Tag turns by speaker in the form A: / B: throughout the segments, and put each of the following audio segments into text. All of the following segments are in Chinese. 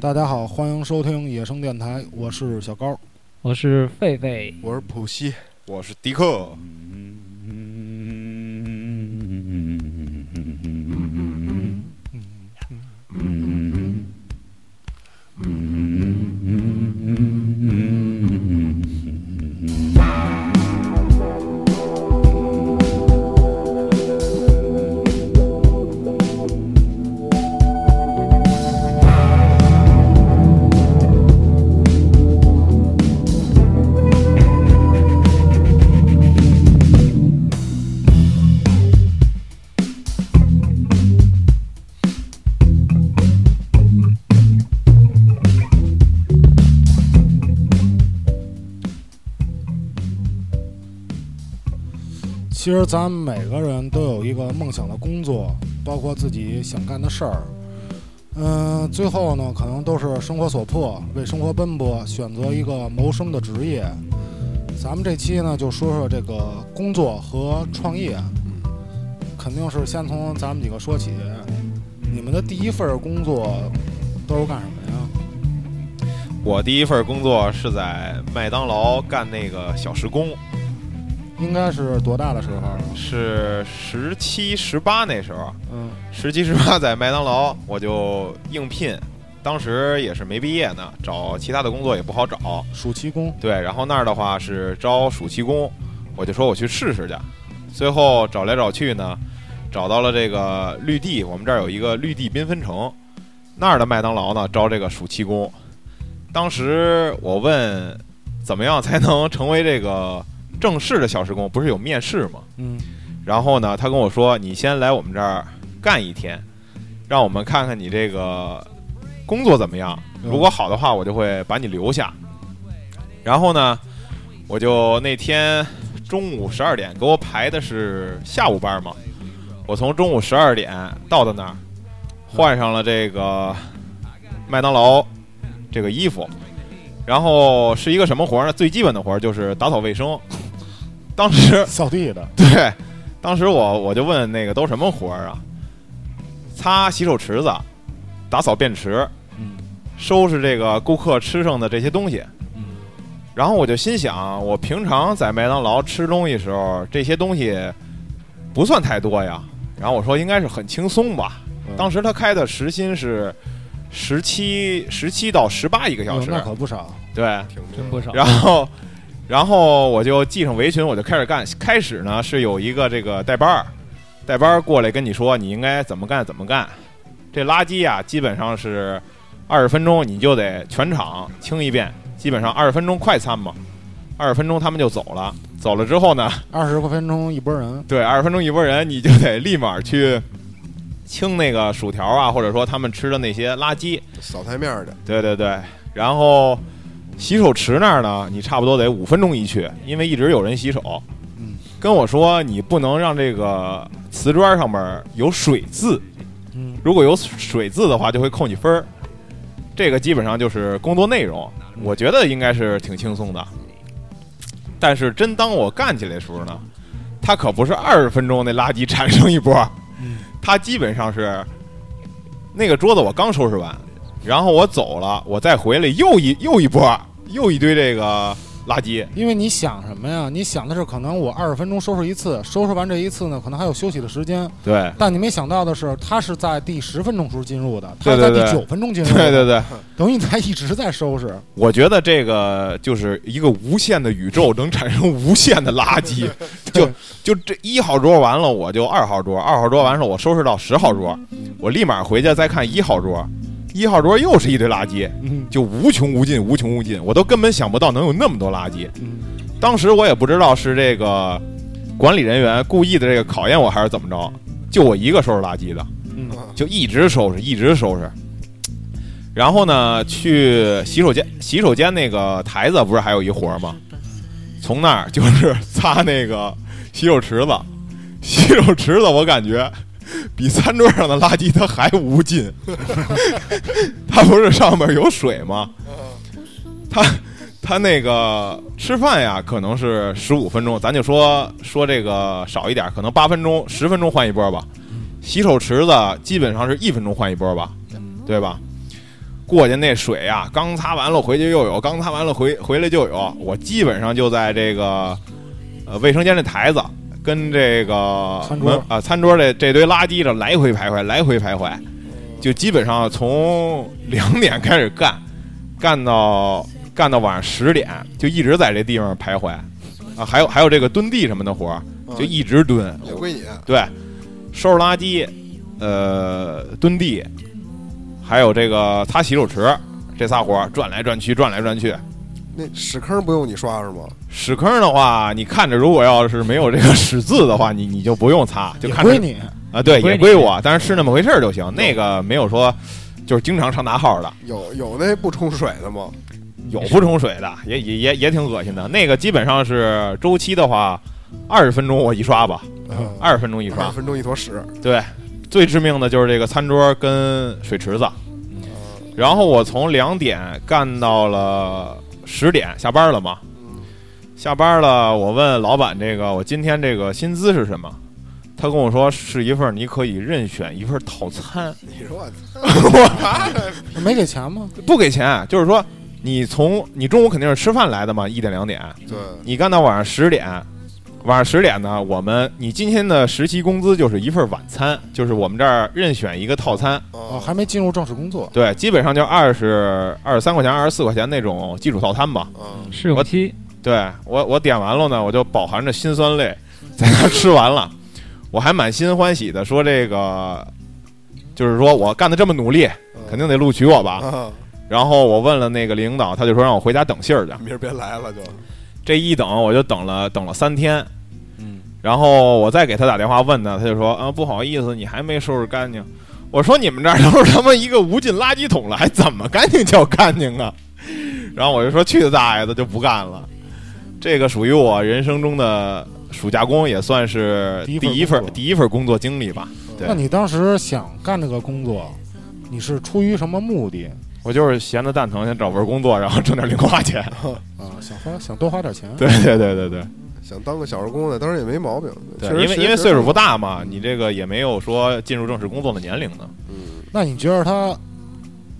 A: 大家好，欢迎收听野生电台，我是小高。
B: 我是狒狒，
C: 我是普西，我是迪克。
A: 其实咱们每个人都有一个梦想的工作，包括自己想干的事儿。嗯、最后呢，可能都是生活所迫，为生活奔波，选择一个谋生的职业。咱们这期呢，就说说这个工作和创业。肯定是先从咱们几个说起。你们的第一份工作都是干什么呀？
C: 我第一份工作是在麦当劳干那个小时工，
A: 应该是多大的时候啊？
C: 是十七、十八那时候，
A: 嗯
C: 十七、十八在麦当劳我就应聘，当时也是没毕业呢，找其他的工作也不好找。，
A: 暑期工。
C: 对，然后那儿的话是招暑期工，我就说我去试试去，最后找来找去呢，找到了这个绿地，我们这儿有一个绿地缤纷城，那儿的麦当劳呢招这个暑期工，当时我问怎么样才能成为这个正式的小时工，不是有面试吗？
A: 嗯
C: 然后呢，他跟我说：“你先来我们这儿干一天，让我们看看你这个工作怎么样。
A: 嗯
C: 如果好的话，我就会把你留下。”然后呢，我就那天中午十二点给我排的是下午班嘛，我从中午十二点到的那儿，换上了这个麦当劳这个衣服，然后是一个什么活儿呢？最基本的活儿就是打扫卫生。当时
A: 扫地的，
C: 对，当时我我就问那个都什么活儿啊？擦洗手池子，打扫便池，
A: 嗯
C: 收拾这个顾客吃剩的这些东西。
A: 嗯
C: 然后我就心想，我平常在麦当劳吃东西时候，这些东西不算太多呀。然后我说应该是很轻松吧
A: 嗯。
C: 当时他开的时薪是十七十七到十八一个小
A: 哟
C: 时，
A: 哦嗯那可不少。
C: 对，
B: 真不少。
C: 然后，然后我就系上围裙，我就开始干。开始呢是有一个这个带班儿，带班儿过来跟你说你应该怎么干怎么干。这垃圾啊，基本上是二十分钟你就得全场清一遍，基本上二十分钟快餐嘛，二十分钟他们就走了。走了之后呢，
A: 二十分钟一拨人，
C: 对，二十分钟一拨人，你就得立马去清那个薯条啊，或者说他们吃的那些垃圾。
D: 扫台面儿的，
C: 对对对，然后洗手池那儿呢，你差不多得五分钟一去，因为一直有人洗手。
A: 嗯，
C: 跟我说你不能让这个瓷砖上面有水渍，
A: 嗯，
C: 如果有水渍的话，就会扣你分儿。这个基本上就是工作内容，我觉得应该是挺轻松的。但是真当我干起来的时候呢，它可不是二十分钟那垃圾产生一波儿，它基本上是那个桌子我刚收拾完，然后我走了，我再回来又一又一波儿，又一堆这个垃圾。
A: 因为你想什么呀？你想的是可能我二十分钟收拾一次，收拾完这一次呢，可能还有休息的时间。
C: 对，
A: 但你没想到的是，他是在第十分钟时候进入的，他
C: 对
A: 是在
C: 对
A: 第
C: 对
A: 九分钟进入的，
C: 对对对，
A: 等于他一直在收拾。
C: 我觉得这个就是一个无限的宇宙，能产生无限的垃圾。就就这一号桌完了，我就二号桌，二号桌完了，我收拾到十号桌，我立马回家再看一号桌，一号桌又是一堆垃圾，
A: 嗯
C: 就无穷无尽，无穷无尽，我都根本想不到能有那么多垃圾。
A: 嗯
C: 当时我也不知道是这个管理人员故意的这个考验我，还是怎么着，就我一个收拾垃圾的。
A: 嗯
C: 就一直收拾，一直收拾。然后呢，去洗手间，洗手间那个台子不是还有一活儿吗？从那儿就是擦那个洗手池子，洗手池子我感觉比餐桌上的垃圾它还无尽， 它不是上面有水吗？它它那个吃饭呀，可能是十五分钟，咱就说说这个少一点儿，可能八分钟、十分钟换一
A: 嗯
C: 波吧。洗手池子基本上是一分钟换一波吧，对吧？过去那水啊，刚擦完了回去又有，刚擦完了回回来就有。我基本上就在这个呃卫生间这台子跟这个
A: 餐桌
C: 门啊、餐桌这这堆垃圾上来回徘徊，来回徘徊，就基本上从两点开始干，干到干到晚上十点，就一直在这地方徘徊啊。还有还有这个蹲地什么的活儿，
D: 嗯
C: 就一直蹲。
D: 也归你。啊
C: 对，收拾垃圾，呃，蹲地，还有这个擦洗手池，这仨活儿转来转去，转来转去。
D: 那屎坑不用你刷是吗？
C: 屎坑的话，你看着，如果要是没有这个屎渍的话，你你就不用擦，就
A: 也
C: 看着
A: 归你，
C: 啊，对，
B: 归
C: 也
B: 你
C: 归我，但是是那么回事儿就行。那个没有说，就是经常上大号的，
D: 有有那不冲水的吗？
C: 有不冲水的，也也也也挺恶心的。那个基本上是周期的话，二十分钟我一刷吧，
A: 嗯
C: 二十分钟一
D: 二
C: 刷
D: 十。分钟一坨屎，
C: 对，最致命的就是这个餐桌跟水池子。然后我从两点干到了十点，下班了嘛。
D: 嗯
C: 下班了，我问老板这个我今天这个薪资是什么？他跟我说是一份你可以任选一份套餐，
D: 你说我 操，
A: 没给钱吗？
C: 不给钱，就是说你从你中午肯定是吃饭来的嘛，一点两点，
D: 对，
C: 你干到晚上十点，晚上十点呢，我们你今天的实习工资就是一份晚餐，就是我们这儿任选一个套餐，
A: 啊，
D: 哦
A: 还没进入正式工作，
C: 对，基本上就二十二十三块钱、二十四块钱那种基础套餐吧。
D: 嗯，
B: 试用期
C: 对我，我点完了呢，我就饱含着辛酸泪，在那儿吃完了，我还满心欢喜的说这个，就是说我干的这么努力，肯定得录取我吧。
D: 啊，
C: 然后我问了那个领导，他就说让我回家等信儿去。
D: 明儿别来了就，
C: 这一等我就等了等了三天，
A: 嗯，
C: 然后我再给他打电话问呢，他就说啊不好意思，你还没收拾干净。我说你们这儿都是他妈一个无尽垃圾桶了，还怎么干净叫干净啊？ 然后我就说去他大爷的，就不干了。这个属于我人生中的暑假工，也算是
A: 第
C: 第
A: 一份
C: 一份
A: 工作
C: 第一份工作经历吧。对
A: 那你当时想干这个工作，你是出于什么目的
C: 我就是闲的蛋疼，想找份工作，然后挣点零花钱。
A: 啊？想花想多花点钱，
C: 对对对对对。
D: 想当个小时工的，当然也没毛病，
C: 对，
D: 确
C: 因
D: 实
C: 为
D: 确实
C: 因为岁数不大嘛，你这个也没有说进入正式工作的年龄呢，
D: 嗯，
A: 那你觉得他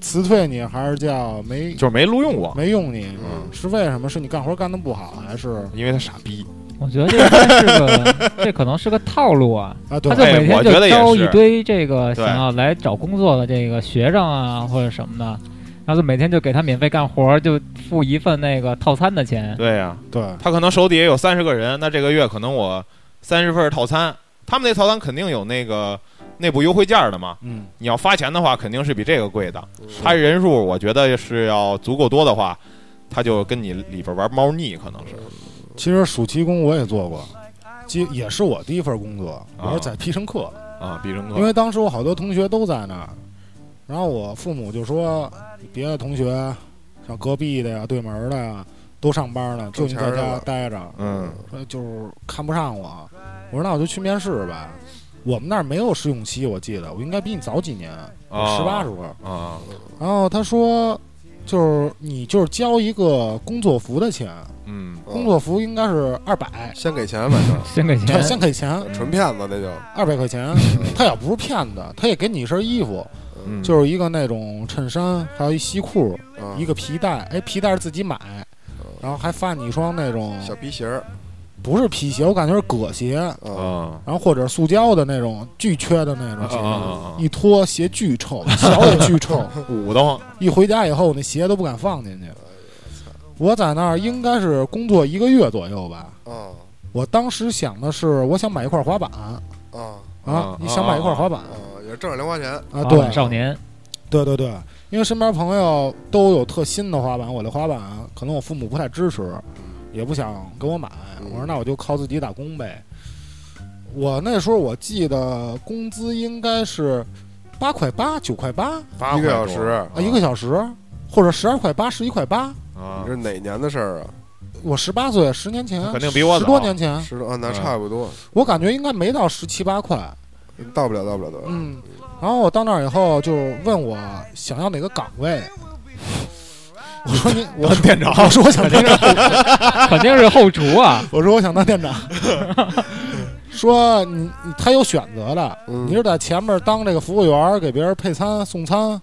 A: 辞退你，还是叫没
C: 就是没录用我，
A: 没用你？
D: 嗯
A: 是为什么？是你干活干得不好，还是
C: 因为他傻逼。
B: 我觉得这应该是个，这可能是个套路啊。
A: 啊？对
B: 他就
C: 哎
B: 每天
C: 我觉得
B: 就
C: 也
B: 招
C: 是
B: 一堆这个
C: 对
B: 想要来找工作的这个学生啊，或者什么的，然后就每天就给他免费干活，就付一份那个套餐的钱。
C: 对呀、
A: 对，
C: 他可能手底下有三十个人，那这个月可能我三十份套餐，他们那套餐肯定有那个内部优惠价的嘛。
A: 嗯，
C: 你要发钱的话，肯定是比这个贵的。
D: 是
C: 他人数我觉得是要足够多的话，他就跟你里边玩猫腻，可能是。
A: 其实暑期工我也做过，其
D: 嗯
A: 也是我第一份工作，我是在必胜客，
C: 啊，必胜
A: 因
C: 客
A: 为当时我好多同学都在那儿，然后我父母就说，别的同学像隔壁的呀、对门儿的呀，都上班呢，就
D: 挣
A: 你
D: 钱
A: 在
D: 儿去
A: 家
D: 了
A: 待着，
C: 嗯，
A: 说就是看不上我。我说那我就去面试呗。我们那儿没有试用期，我记得我应该比你早几年，
C: 啊
A: 十八时候。
C: 啊，
A: 然后他说，就是你就是交一个工作服的钱，
C: 嗯，
A: 工
D: 嗯
A: 作服应该是二百，
D: 先给钱，反正
B: 先给
A: 对，
B: 钱，
A: 先给钱
D: 纯骗子那就，
A: 二百块钱。
D: 嗯
A: 他也不是骗子，他也给你一身衣服，
C: 嗯
A: 就是一个那种衬衫，还有一西裤，
D: 嗯
A: 一个皮带，哎，皮带是自己买，然后还发你一双那种
D: 小皮鞋儿，
A: 不是皮鞋，我感觉是革鞋，
D: 啊，
C: 啊
A: 然后或者塑胶的那种巨缺的那
C: 啊
D: 嗯
A: 种
C: 啊
A: 鞋，
C: 啊，
A: 一脱鞋巨臭，脚也巨臭，
C: 鼓捣
A: 一回家以后我那鞋都不敢放进去。我在那儿应该是工作一个月左右吧，
D: 啊
C: 哦
A: 我当时想的是，我想买一块滑板
D: 啊
A: 啊
C: 啊，
A: 你想买一块滑板
D: 啊，也是挣点零花钱，
A: 啊？
B: 滑
A: 对
B: 板，少年，
A: 对对对，因为身边朋友都有特新的滑板，我的滑板可能我父母不太支持，也不想给我买。我说那我就靠自己打工呗。我那时候我记得工资应该是八块八、九块八
C: 八块
D: 一个小
C: 多
D: 时，
A: 啊，一个小时，或者十二块八、十一块八。
C: 啊
D: 你是哪年的事儿啊？
A: 我十八岁，十年前，
C: 肯定比我
A: 十多
C: 早
A: 年前，
D: 十多啊，
C: 嗯
D: 那差不多，
A: 我感觉应该没到十七八块。
D: 到不了，到不了，到不了。
A: 嗯，然后我到那儿以后就问我想要哪个岗 位，我说你，我
C: 当店长
A: 我说我想当店长，
B: 肯定是后厨啊。
A: 我说我想当店 长，说你你他有选择的，
D: 嗯
A: 你是在前面当这个服务员儿，给别人配餐送餐，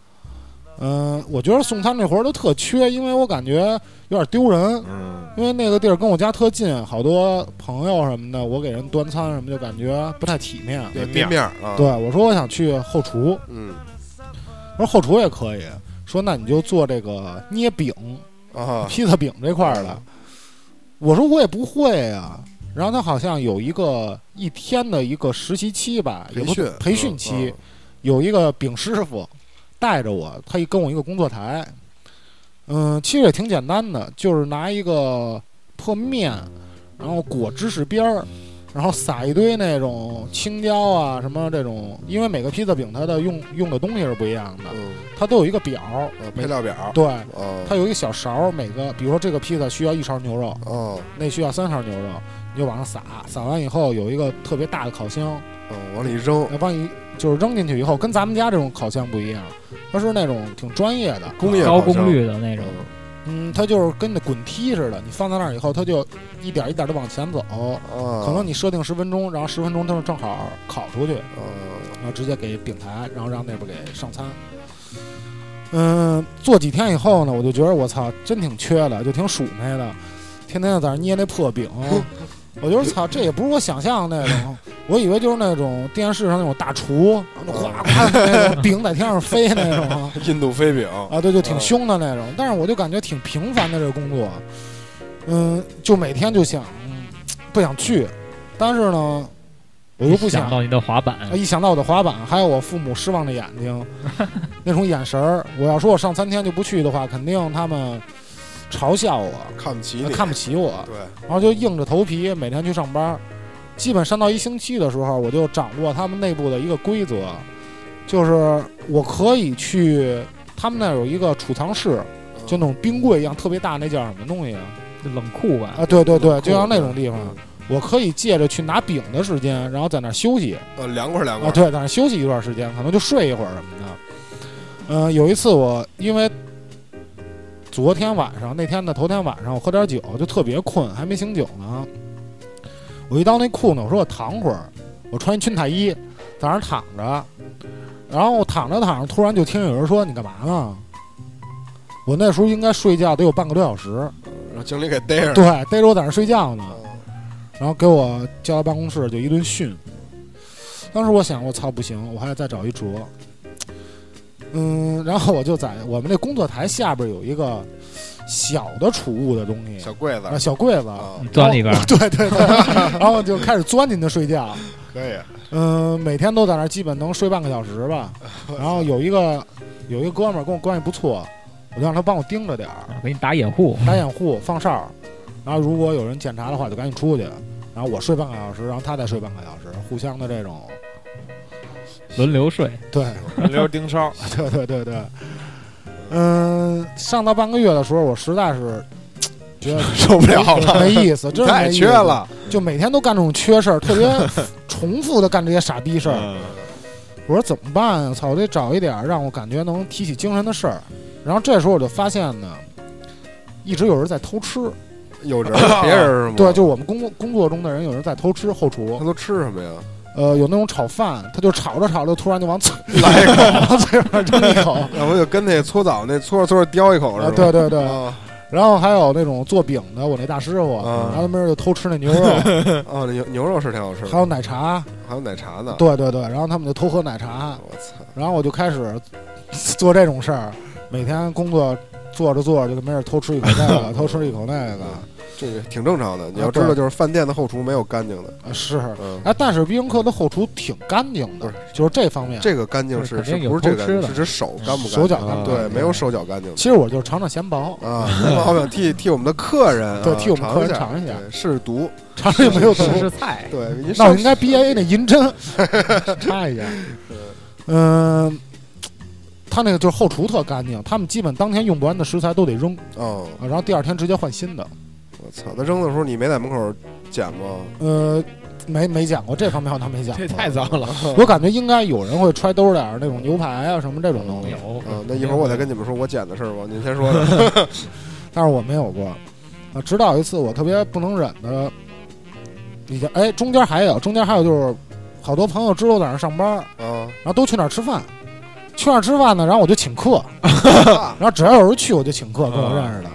A: 嗯，我觉得送餐这活儿都特缺，因为我感觉有点丢人，
C: 嗯，
A: 因为那个地儿跟我家特近，好多朋友什么的，我给人端餐什么就感觉不太体面。
D: 有
C: 没
D: 店面儿啊，
A: 对，，我说我想去后厨，
D: 嗯
A: 我说后厨也可以，说那你就做这个捏饼、
D: 啊，
A: 披萨饼这块儿的。我说我也不会啊。然后他好像有一个一天的一个实习期吧，也
D: 培
A: 不
D: 训啊
A: 培训期，，有一个饼师傅带着我，他一跟我一个工作台，嗯，其实也挺简单的，就是拿一个破面，然后裹芝士边儿，然后撒一堆那种青椒啊什么这种，因为每个披萨饼它的用用的东西是不一样的，
D: 嗯，
A: 它都有一个表儿
D: 嗯啊，
A: 每
D: 配料表，
A: 对，
D: 啊，
A: 它有一个小勺儿，每个比如说这个披萨需要一勺牛肉，
D: 哦，
A: 那需要三勺牛肉，你就往上撒，撒完以后有一个特别大的烤箱，
D: 嗯，往里一扔，
A: 那万一就是扔进去以后，跟咱们家这种烤箱不一样，它是那种挺专业的
D: 工业
B: 高
D: 烤箱
B: 功，率的那种。
D: 嗯
A: 嗯，它就是跟那滚梯似的，你放在那儿以后，它就一点一点的往前走，
D: 啊，
A: 可能你设定十分钟，然后十分钟它就正好烤出去，
D: 啊，
A: 然后直接给饼台，然后让那边给上餐。嗯，做几天以后呢，我就觉得我操，真挺缺的，就挺鼠妹的，天天在那儿捏那破 饼。我觉得操，这也不是我想象的那种，我以为就是那种电视上那种大厨，
D: 嗯
A: 那哗哗那 种饼在天上飞那种
D: 啊印度飞饼，
A: 啊，对，就挺凶的那种。但是我就感觉挺平凡的这个工作，啊嗯，就每天就想，嗯不想去，但是呢，我又不想啊哎
B: 想到你的滑板，
A: 一想到我的滑板，还有我父母失望的眼 睛，那种眼神儿，我要说我上三天就不去的话，肯定他们嘲笑我，
D: 看不起你，
A: 呃看不起我，
D: 对，
A: 然后就硬着头皮每天去上班儿。基本上到一星期的时候，我就掌握他们内部的一个规则，就是我可以去他们那儿有一个储藏室，
D: 嗯
A: 就那种冰柜一样特别大，那叫什么东西啊？
B: 就冷酷吧。
A: 啊，对对对，
D: 冷库
A: 就像那种地方，
D: 嗯
A: 我可以借着去拿饼的时间，然后在那儿休息。
D: 呃，凉快儿凉快
A: 啊，
D: 儿，
A: 对，但是休息一段时间，可能就睡一会儿什么的。嗯、有一次我因为昨天晚上那天的头天晚上我喝点酒，就特别困，还没醒酒呢。啊我一到那库呢，我说我躺会儿，我穿一军大衣在那儿躺着，然后躺着躺着，突然就听有人说你干嘛呢？我那时候应该睡觉得有半个多小时，
D: 然后经理给逮 着，
A: 对，逮着我在那儿睡觉呢。
D: 嗯
A: 然后给我叫到办公室就一顿训。当时我想，我操，不行，我还得再找一辙。嗯，然后我就在我们那工作台下边有一个小的储物的东西，
D: 小柜子
A: 啊，小柜子，
D: 啊
B: 你，钻里边 儿，
A: 对对对，然后我就开始钻进去睡觉。
D: 可以，
A: 嗯，每天都在那儿，基本能睡半个小时吧。
D: 啊
A: 然后有一个有一个哥们儿跟我关系不错，我就让他帮我盯着点
D: 啊
A: 儿。
B: 给你打掩护。
A: 打掩护、放哨儿，然后如果有人检查的话，就赶紧出去。然后我睡半个小时，然后他再睡半个小时，互相的这种，
B: 轮流睡，
A: 对
C: 轮流盯 梢，
A: 对对对对，嗯，上到半个月的时候，我实在是觉 得
D: 受不了了，
A: 没意思，真是没
D: 太
A: 意思
D: 缺了，
A: 就每天都干这种缺事儿，特 别重复的干这些傻逼事儿。
C: 嗯
A: 我说怎么办啊呀、操，我得找一点儿让我感觉能提起精神的事儿。然后这时候我就发现呢，一直有人在偷吃，
D: 有人儿别人儿是吗？
A: 对，就是我们工作工作中的人有人在偷吃后厨
D: 他。都吃什么呀？
A: 呃，有那种炒饭，他就炒着炒着，突然就往 嘴来一口，往嘴上扔一口。
D: 要不就跟那搓澡那搓着搓着叼一口是
A: 啊，啊
D: 吧？
A: 对对对，
D: 啊
A: 然后还有那种做饼的，我那大师傅，
D: 嗯
A: 然后他们就偷吃那牛 肉，
D: 啊，牛牛肉是挺好吃的，
A: 还有奶茶，
D: 还有奶茶呢。
A: 对对对，然后他们就偷喝奶茶，
D: 我操，
A: 然后我就开始做这种事儿，每天工作做着做着就没事偷吃一口这 个，偷吃一口那个，
D: 这个挺正常的。你
A: 啊
D: 要知
A: 对
D: 道，就是饭店的后厨没有干净的，
A: 啊是。
D: 嗯，
A: 哎，但是必胜客的后厨挺干净
D: 不
A: 的
D: 是，
A: 就是这方面。
D: 这个干净是
B: 肯定
D: 是
B: 有
D: 不是这个
B: 偷吃
D: 干
B: 的
D: 净？是指手干不干净？
A: 嗯手脚干不干净
D: 对，没有手脚干净的
A: 其实我就是尝尝咸薄，
D: 啊。我想替替我们的客人啊，
A: 对替我们客人尝
D: 尝
A: 一下
D: 对试毒。
A: 尝尝有没有
B: 试
A: 毒。
B: 试菜，
D: 对，你
A: 那
D: 上
A: 我应该 B
B: 啊
A: A 那银 针，插一下。嗯、他那个就是后厨特干净，他们基本当天用不完的食材都得扔，
D: 哦，
A: 啊然后第二天直接换新的。
D: 我操！他扔的时候你没在门口捡吗？
A: 呃，没没讲过这方面，我倒没讲
B: 这
A: 过。
B: 太脏了。
A: 我感觉应该有人会揣兜里儿那种牛排啊什么这种东西，
B: 有
D: 啊，那一会儿我再跟你们说我捡的事儿吧。您先说着。
A: 但是我没有过。啊，直到有一次我特别不能忍的，已经哎，中间还有中间还有就是，好多朋友知道我在那儿上班，
D: 啊
A: 然后都去那儿吃饭，去那儿吃饭呢，然后我就请客，
D: 啊
A: 然后只要有人去我就请客，跟我认识的。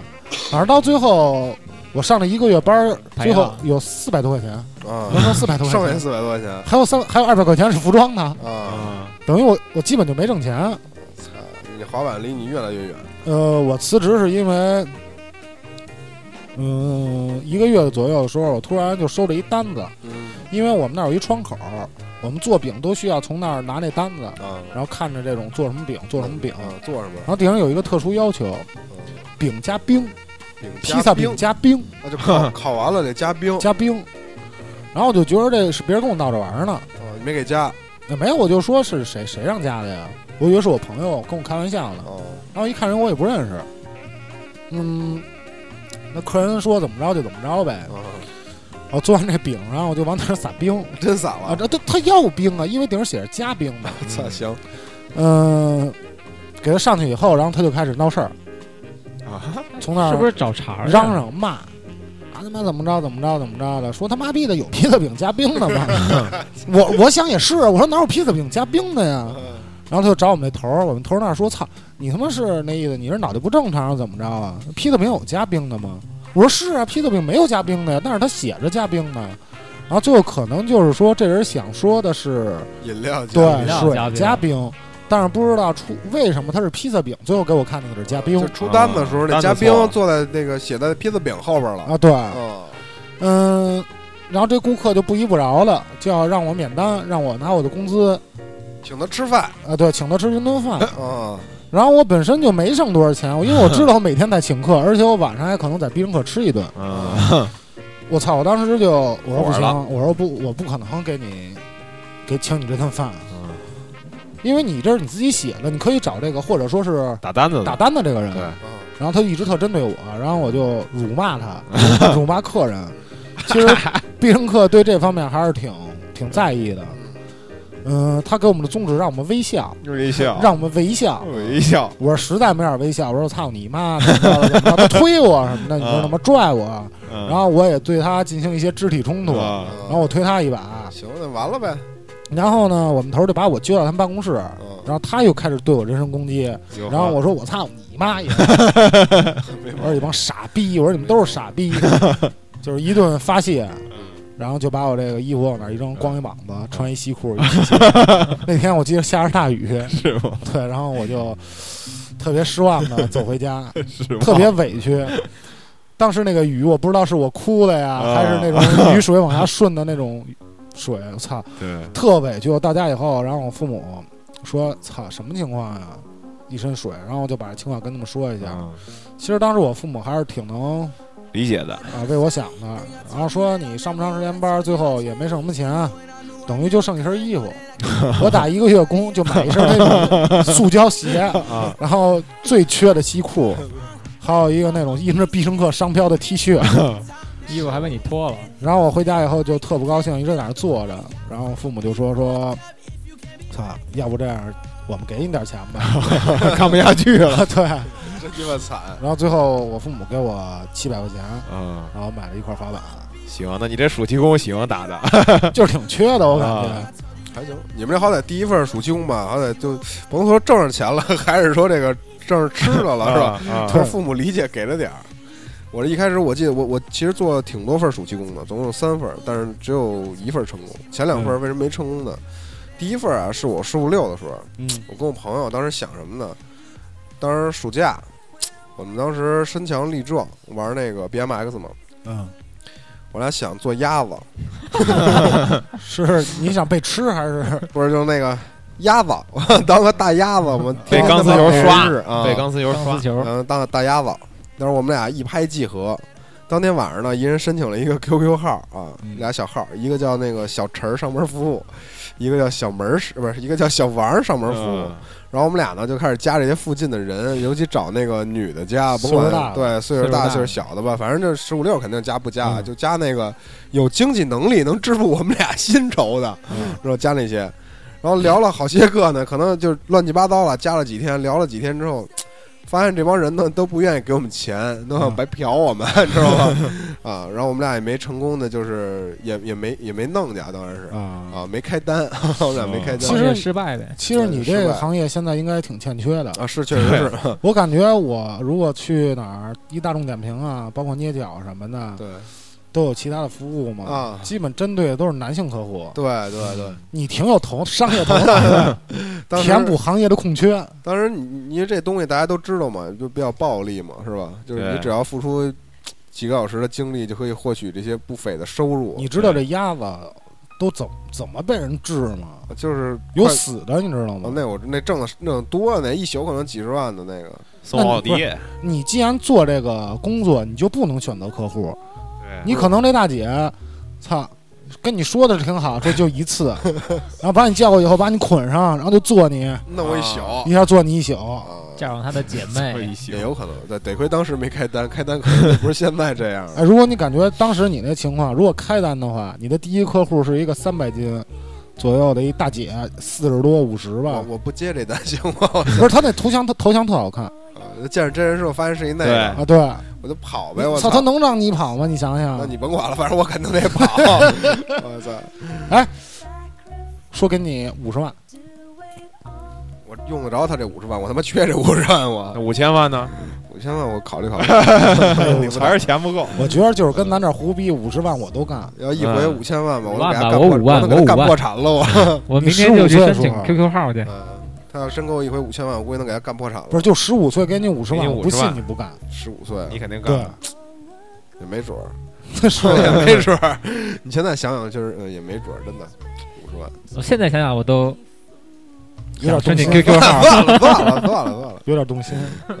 A: 反正到最后，我上了一个月班儿，
B: 白
A: 最后
B: 干
A: 有四百多块钱，
D: 啊，
A: 能挣四 百多块
D: 剩下
A: 钱，
D: 四百多块钱
A: 还有嗯三还有二百块钱是服装的，
C: 嗯
D: 啊，
A: 等于我我基本就没挣钱。
D: 操，你滑板离你越来越远
A: 呃，我辞职是因为，嗯、一个月左右的时候，我突然就收了一单子，
D: 嗯
A: 因为我们那儿有一窗口，我们做饼都需要从那儿拿那单子，
D: 啊，
A: 然后看着这种做什么饼做什么饼，
D: 啊，做什么嗯
A: 然？后顶上有一个特殊要求，饼加冰，
D: 饼
A: 披
D: 加
A: 萨饼
D: 冰，
A: 加冰
D: 那 就烤烤完了得加冰，
A: 加冰，然后我就觉得这是别人跟我闹着玩儿呢，
D: 啊，你没给加
A: 那没有我就说是谁谁让加的呀，我以为是我朋友跟我开玩笑呢，
D: 哦，
A: 然后一看人我也不认识，嗯，那客人说怎么着就怎么着呗，
D: 啊，
A: 我做完这饼，然后我就往那儿撒冰
D: 真撒
A: 啊，这
D: 了，
A: 他他要冰啊，因为顶上写着加冰嘛，
D: 操，行，
A: 嗯、给他上去以后，然后他就开始闹事儿，
C: 啊，
A: 从那儿
B: 是不是找茬儿啊？
A: 嚷嚷骂，啊他妈怎么着怎么着怎么着的，说他妈逼的有披萨饼加冰的 吗？我我想也是，啊我说哪有披萨饼加冰的呀？然后他就找我们那头儿，我们头儿那儿说操，你他妈是那意思，你是脑袋不正常怎么着啊？披萨饼有加冰的吗？我说是啊，披萨饼没有加冰的呀，但是他写着加冰的。然后最后可能就是说，这人想说的是
D: 饮料加
A: 对
B: 饮料加
A: 水
B: 冰
A: 加冰，但是不知道出为什么他是披萨饼，最后给我看的是加冰
D: 就出单子的时候，那
C: 啊
D: 加
C: 单子
D: 冰
C: 错了
D: 坐在那个写在披萨饼后边了。
A: 啊，对，
B: 嗯
D: 啊，
A: 嗯，然后这顾客就不依不饶了，就要让我免单，让我拿我的工资，
D: 请他吃饭
A: 啊，对，请他吃顿顿饭。
C: 哎
D: 啊，
A: 然后我本身就没剩多少钱，因为我 知道我每天在请客，而且我晚上还可能在必胜客吃一顿。
C: 嗯，
A: 我操！我当时就我说不
C: 火了
A: 行，我说不，我不可能给你给请你这顿饭，因为你这是你自己写的，你可以找这个或者说是
C: 打单子的
A: 打单的这个人。
C: 对
D: 啊
A: 然后他就一直特针对我，然后我就辱骂他，辱骂客人。其实必胜客对这方面还是挺挺在意的。嗯、他给我们的宗旨让我们微笑，
C: 用微笑，
A: 让我们微笑。
C: 微笑，
A: 我说实在没法微笑，我说操你妈，怎么着了怎么着，他推我什么的，你说他妈拽我，
C: 然
A: 然后我也对他进行一些肢体冲突，然
C: 啊，
A: 后我推他一把，
D: 嗯行，那完了呗。
A: 然后呢，我们头儿就把我揪到他们办公室，
D: 嗯，
A: 然后他又开始对我人身攻击，
C: 有
A: 然后我说我操你妈也，
D: 没
A: 我
D: 毛
A: 说
D: 病
A: 一帮傻逼，我说你们都是傻逼，就是一顿发泄，然后就把我这个衣服往那儿一扔，光一膀子，穿一西裤。一皮鞋那天我记得下着大雨，
C: 是吗？
A: 对，然后我就特别失望的走回家，
C: 是吗？
A: 特别委屈。当时那个雨，我不知道是我哭的呀，
C: 啊
A: 还是那种雨水往下顺的那种水，我操，
C: 对，
A: 特委屈。我到家以后，然后我父母说：“操，什么情况呀？一身水。”然后我就把这情况跟他们说一下。
C: 嗯
A: 其实当时我父母还是挺能
C: 理解的，
A: 啊，为我想的，然后说你上不长时间班，最后也没剩什么钱，等于就剩一身衣服。我打一个月工就买一身那种塑胶鞋，
C: 啊
A: 然后最缺的西裤，还有一个那种印着必胜客商标的 T 恤。
B: 衣服还被你脱了，
A: 然后我回家以后就特不高兴，一直在那儿坐着。然后父母就说说，操，要不这样，我们给你点钱吧。
C: 看不下去了，
A: 对，然
D: 真鸡巴惨。
A: 后最后我父母给我七百块钱，
C: 嗯，
A: 然后买了一块滑
C: 行，那你这暑期工喜欢打的，
A: 板，就是挺缺的，我感觉。
C: 啊
D: 还行，你们这好歹第一份暑期工吧，好歹就甭说挣着钱了， 还是说这个挣着吃 的了，是吧？
C: 吧
D: 就是父母理解给了点儿。我这一开始我记得我我其实做了挺多份暑期工的，总共有三份，但是只有一份成功。前两份为什么没成功呢？第一份啊，是我十五六的时候，
A: 嗯
D: 我跟我朋友当时想什么呢？当时暑假，我们当时身强力壮，玩那个 BMX 嘛，
A: 嗯。
D: 我俩想做鸭子，
A: 是你想被吃还是
D: 不是就是那个鸭子， 当个大鸭子，我们
C: 被
D: 天
C: 钢丝
D: 天
C: 球
D: 每
C: 刷嗯
D: 日啊，
C: 被钢丝球
B: 钢
C: 刷
B: 丝，球
A: 呃
D: 然后当个大鸭子，但是我们俩一拍即合。当天晚上呢，一人申请了一个 QQ 号啊，
A: 嗯
D: 俩小号，一个叫那个小陈儿上门服务，一个叫小门儿不是一个叫小王儿上门服务。
C: 嗯
D: 然后我们俩呢就开始加这些附近的人，尤其找那个女的加，甭
A: 岁数大
D: 管
A: 的
D: 对岁数
B: 岁数大
D: 大
B: 的
D: 岁数小的吧，反正就十五六肯定加不加，
A: 嗯
D: 就加那个有经济能力能支付我们俩薪酬的，
A: 嗯
D: 然后加那些，然后聊了好些个呢，可能就乱七八糟了，加了几天，聊了几天之后，发现这帮人呢都不愿意给我们钱，都想
A: 嗯
D: 白嫖我们， 知道吧？ 啊，然后我们俩也没成功的，就是也也没也没弄去啊，当然是
A: 啊。
D: 啊，没开单， 我们俩没
A: 其
D: 开单
A: 实
B: 创业失败呗。
A: 其实你这
D: 失败
A: 个行业现在应该挺欠缺的，
D: 啊，是确实是，
A: 我感觉我如果去哪儿一大众点评啊，包括捏脚什么的，
D: 对
A: 都有其他的服务嘛，
D: 啊
A: 基本针对的都是男性客户。
D: 对对对，
A: 你挺有头商业头脑的，
D: 当
A: 嗯
D: 时
A: 填补行业的空缺。
D: 当时你你这东西大家都知道嘛，就比较暴利嘛，是吧？就是你
C: 对
D: 只要付出几个小时的精力，就可以获取这些不菲的收入
A: 你。知道这鸭子都怎怎么被人治吗？
D: 就是
A: 有
D: 快
A: 死的，你知道
D: 啊
A: 吗？
D: 那我那挣的挣得多呢，一宿可能几十万的那个，
C: 送奥迪
A: 那，你既然做这个工作，你就不能选择客户。
C: 对，
D: 哎
A: 你可能这大姐，操，跟你说的是挺好，这就一次， 然后把你叫过以后，把你捆上，然后就做你，
D: 弄我一宿
C: 啊
A: 一下做你一宿。
D: 啊，
B: 叫上他的姐
C: 一
A: 哎
B: 妹，
D: 也
C: 宿
D: 有可能。对，得亏当时没开单，开单可能就不是现在这样
A: 哎，
D: 了。
A: 如果你感觉当时你那情况，如果开单的话，你的第一客户是一个三百斤左右的一大姐，四十多五十
D: 我
A: 吧，
D: 我不接这单行吗？
A: 不是她那头像，她头像特好看
D: 啊见着真人之后发现是一那个，
C: 对
A: 啊，对，
D: 我就跑呗，嗯我
A: 操，她能让你跑吗？你想
D: 那
A: 想，
D: 你甭管了，反正我肯定得跑。 我操！
A: 说给你五十万，
D: 我用得着他这五十万，我他妈缺这五十万，
C: 那
D: 我
C: 五千万 呢？
D: 五千万我考虑考虑。
C: 还是钱不够。
A: 我觉得就是跟咱这胡逼五十万我都干。
D: 要一回
C: 嗯
D: 五千万吧，我
B: 五
D: 都
B: 万
D: 给他
B: 吧
D: 干
B: 我
D: 破，
B: 五万
D: 我都给
B: 我五
D: 他干
B: 万
D: 破产了，我。
B: 我明天就去申请
A: 你15岁的时候
B: QQ 号去。
D: 嗯，他要真给我一回五千万，我估计能给他干破产了。
A: 不是，就十五岁给你五十万，
C: 给你
A: 我不
C: 50万
A: 信你不干。
D: 十五岁，
C: 你肯定干
A: 对
C: 了，，
D: 也没准儿，
A: 是
D: 也没准儿。 你现在想想，就是嗯，也没准儿，真的五十万。
B: 我现在想想，我都
A: 有点
B: 申
A: 动
B: 请
A: 心，
B: QQ 号。啊
D: 算了算了算了算了。
A: 有点动心。
D: 嗯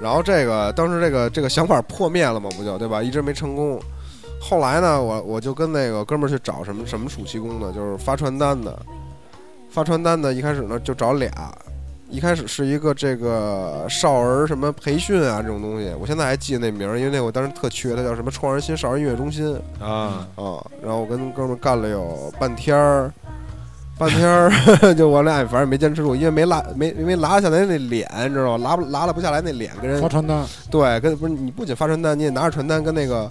D: 然后这个当时这个这个想法破灭了嘛，不就对吧？一直没成功。后来呢，我我就跟那个哥们儿去找什么什么暑期工呢，就是发传单的。发传单的，一开始呢就找俩，一开始是一个这个少儿什么培训啊这种东西，我现在还记得那名儿，因为那我当时特缺，它叫什么创人新少儿音乐中心。
C: 啊，
D: 啊，然后我跟哥们儿干了有半天儿，半天儿 就我俩反正也没坚持住，因为没拉没没拉下来那脸，你知道吗？拉不拉了不下来那脸，跟
A: 发
D: 人
A: 传单，
D: 对跟不是你不仅发传单，你也拿着传单跟那个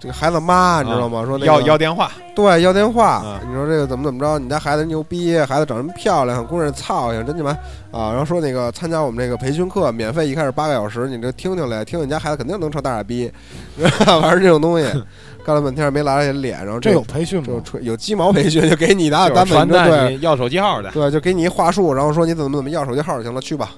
D: 这个孩子妈，你知道吗？说那个
C: 要要电话，
D: 对要电话，
C: 啊
D: 你说这个怎么怎么着？你家孩子牛逼，孩子长这么漂亮，姑娘操性，真你妈啊！然后说那个参加我们这个培训课，免费一开始八个小时，你这听听来，听听你家孩子肯定能成大傻逼， 玩正这种东西，干了半天没拉下脸，然后
A: 这
D: 个
A: 有培训
D: 就
A: 吗？
D: 吹有鸡毛培训，就给你打
C: 嗯就
D: 打
C: 是
D: 单本
C: 传
D: 就
C: 啊单
D: 对
C: 你要手机号的，
D: 对，就给你一话术，然后说你怎么怎么要手机号，行了，去吧，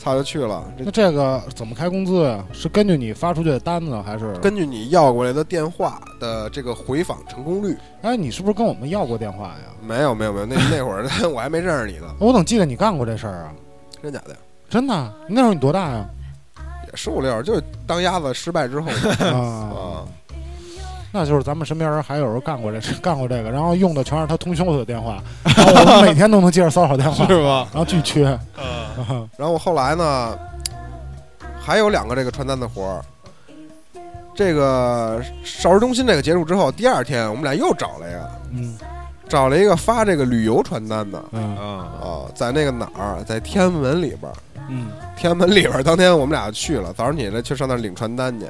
D: 操就去了。 这
A: 那这个怎么开工资呀？是根据你发出去的单子，还是？
D: 根据你要过来的电话的这个回访成功率，
A: 哎，你是不是跟我们要过电话呀？
D: 没有没有没 有，那那会儿我还没认识你呢，
A: 我怎么记得你干过这事儿啊？
D: 真假的呀？
A: 真的？啊你那时候你多大 呀？
D: 也十五六，就是当鸭子失败之后
A: 啊，
D: 啊，
A: 那就是咱们身边人还有人干过这事，干过这个，然后用的全是他通兄的电话，然后我们每天都能接着骚扰电话，
C: 是吗？
A: 然后巨缺。
D: 然后后来呢，还有两个这个传单的活儿。这个少儿中心这个结束之后，第二天我们俩又找了一个，
A: 嗯
D: 找了一个发这个旅游传单的，
A: 嗯
C: 嗯，
D: 啊，在那个哪儿，在天安门里边儿，
A: 嗯，
D: 天安门里边儿，当天我们俩去了，早上起来去上那儿领传单去，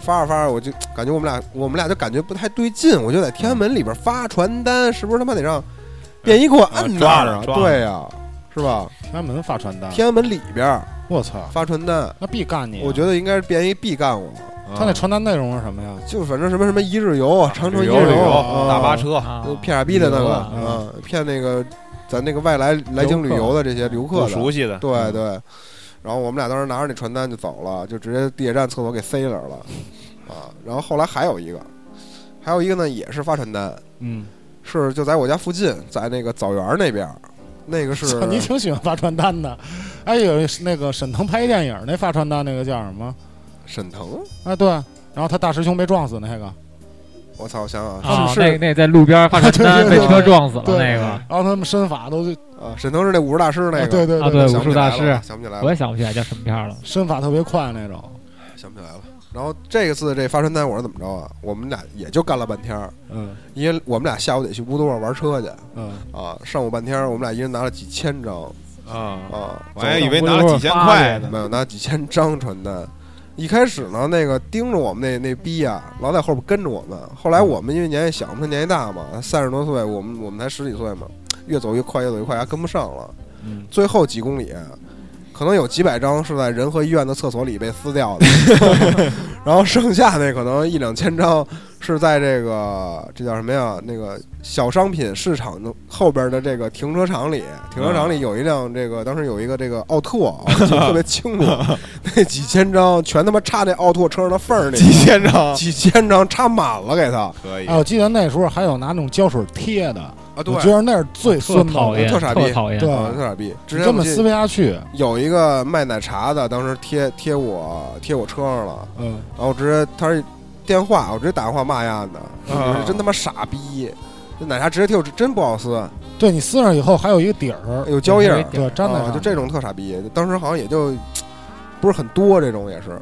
D: 发着发着，我就感觉我们俩，我们俩就感觉不太对劲，我就在天安门里边发传单，是不是他妈得让便衣给我摁那儿啊
C: 嗯抓着？抓啊着
D: 对呀、是吧？
A: 天安门发传单，
D: 天安门里边儿
A: 我操，
D: 发传单，
C: 哎
A: 那必干你啊！
D: 我觉得应该是便衣必干我，
C: 嗯
A: 他那传单内容是什么呀？
D: 就反正什么什么一日游啊，长城
C: 旅
D: 一日
C: 游旅
D: 游
C: 游
D: 啊，
C: 大巴车，
B: 啊
D: 就骗傻逼的那
A: 旅游
D: 个，
A: 啊
D: 啊，骗那个咱那个外来来京旅游的这些游
C: 不
D: 客的。
C: 熟悉的，
D: 对对，然后我们俩当时拿着那传单就走了，就直接地铁站厕所给塞那儿了，啊，然后后来还有一个，还有一个呢也是发传单，
A: 嗯，
D: 是就在我家附近，在那个枣园那边儿，那个是
A: 操你挺喜欢发传单的。哎，有那个沈腾拍一电影那发传单那个叫什么？
D: 沈腾，
A: 啊，对，然后他大师兄被撞死那个，
D: 我操，我想想啊，
B: 啊，
D: 是
B: 那
D: 是
B: 那在路边发传单
A: 对
B: 被
A: 对对
B: 车撞死了
A: 对
B: 那个，
A: 然后他们身法都
D: 啊，沈腾是那武术大师
A: 啊
D: 那个，
A: 对对
B: 啊
A: 对
B: 对，
D: 想
B: 武
D: 不
B: 术
D: 起
B: 大
D: 来了
B: 师，
D: 想不起来
B: 我
D: 了
B: 也，想不起来叫什么片儿了。
A: 身法特别快那种。
D: 想不起来了。然后这个次这发传单我是怎么着啊？我们俩也就干了半天儿，
A: 嗯
D: 因为我们俩下午得去乌多尔玩车去
A: 嗯
D: 啊，上午半天儿我们俩一人拿了几千张。
C: 啊，
D: 啊，
C: 我还以为拿了几千块呢。
D: 没有拿几千张传单。一开始呢，那个盯着我们那那逼呀、老在后边跟着我们。后来我们因为年纪小，我们年纪大嘛，三十多岁，我们我们才十几岁嘛，越走越快，越走越快，还跟不上了。
C: 嗯
D: 最后几公里，可能有几百张是在仁和医院的厕所里被撕掉的，然后剩下那可能一两千张是在这个这叫什么呀？那个小商品市场的后边的这个停车场里，停车场里有一辆这个当时有一个这个奥拓，啊，我记得特别清楚，那几千张全他妈插那奥拓车上的缝儿 里，
C: 几千张
D: 几千张插满了给他啊
C: 可以
A: 哎，我记得那时候还有拿那种胶水贴的，我觉
D: 啊
A: 得那是最
B: 特
A: 孙子
B: 讨厌，
A: 的，
D: 特傻逼
B: 特讨厌。
A: 对，
D: 特傻逼，之
A: 你
D: 前
A: 根本
D: 我记
A: 撕不下去。
D: 有一个卖奶茶的，当时贴贴我贴我车上了，
A: 嗯，
D: 然后我直接他是电话，我直接打电话骂丫的，
C: 啊
D: 我说真他妈傻逼！这奶茶直接贴我，真不好撕，
A: 对你撕上以后还有一个底儿，
D: 有胶哎印儿，
A: 对，呃粘在
D: 啊
A: 上。
D: 就这种特傻逼。当时好像也就不是很多，这种也是，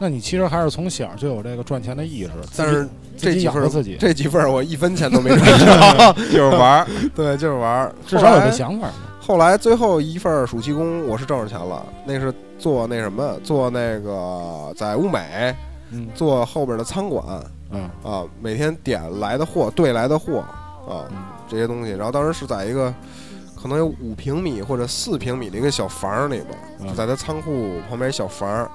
A: 那你其实还是从小就有这个赚钱的意识，
D: 但
A: 自己自己
D: 是这几
A: 养
D: 份
A: 活
D: 儿
A: 自己，
D: 这几份儿我一分钱都没赚着，
C: 就是玩儿，
D: 对，就是玩儿。
A: 至少有
D: 后
A: 这
D: 来
A: 想法。
D: 后来最后一份儿暑期工，我是挣着钱了，那是做那什么，做那个在物美
A: 嗯
D: 做后边的餐馆，
A: 嗯
D: 啊，每天点来的货，对来的货啊
A: 嗯，
D: 这些东西。然后当时是在一个可能有五平米或者四平米的一个小房儿里边，
A: 嗯
D: 就在他仓库旁边一小房儿，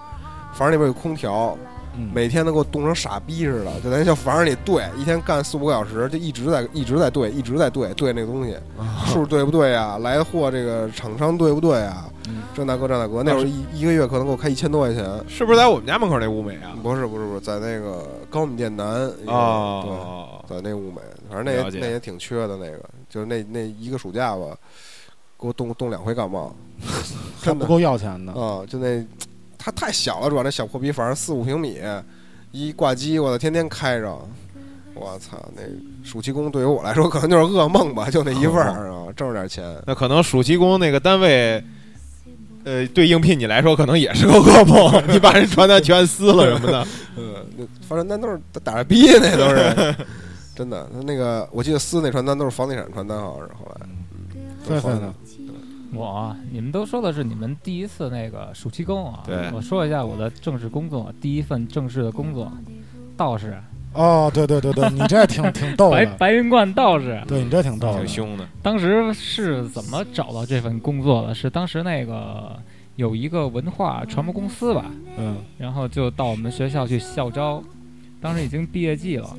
D: 房儿里边有空调，
A: 嗯，
D: 每天都给我冻成傻逼似的，就在那小房儿里对，一天干四五个小时，就一直在一直在对，一直在对对那个东西，数对不对啊？来的货这个厂商对不对啊
A: 嗯？
D: 这大哥这大哥，那会儿一一个月可能给我开一千多块钱。
C: 是不是在我们家门口那物美啊？
D: 不是不是不是，在那个高米店南一个对，
C: 哦，
D: 对，那物美，反正那也
C: 了解
D: 那也挺缺的，那个就是那那一个暑假吧，给我冻冻两回感冒，
A: 还
D: 真
A: 不
D: 的
A: 够要钱的。
C: 嗯
D: 啊、就那它太小了，主要那小破逼房四五平米，一挂机，我操，天天开着，我操，那暑期工对于我来说可能就是噩梦吧，就那一 份儿啊，挣着点钱，
C: 那可能暑期工那个单位，呃，对应聘你来说可能也是个噩梦，你把人传单全撕了什么的。
D: 嗯，那反正那都是打着逼，那都是 真的。那那个我记得撕那传单都是房地产传单，好像是后来，嗯都
A: 菲菲
D: 是房地
A: 呢？
B: 我啊你们都说的是你们第一次那个暑期工啊。
C: 对
B: 我说一下我的正式工作，第一份正式的工作，道士，
A: 哦，对对对对，你这挺挺逗
B: 白
A: 的，
B: 白云观道士。
A: 对你这挺逗的
C: 挺。凶的，
B: 当时是怎么找到这份工作的？是当时那个有一个文化传播公司吧，
A: 嗯，
B: 然后就到我们学校去校招，当时已经毕业季了，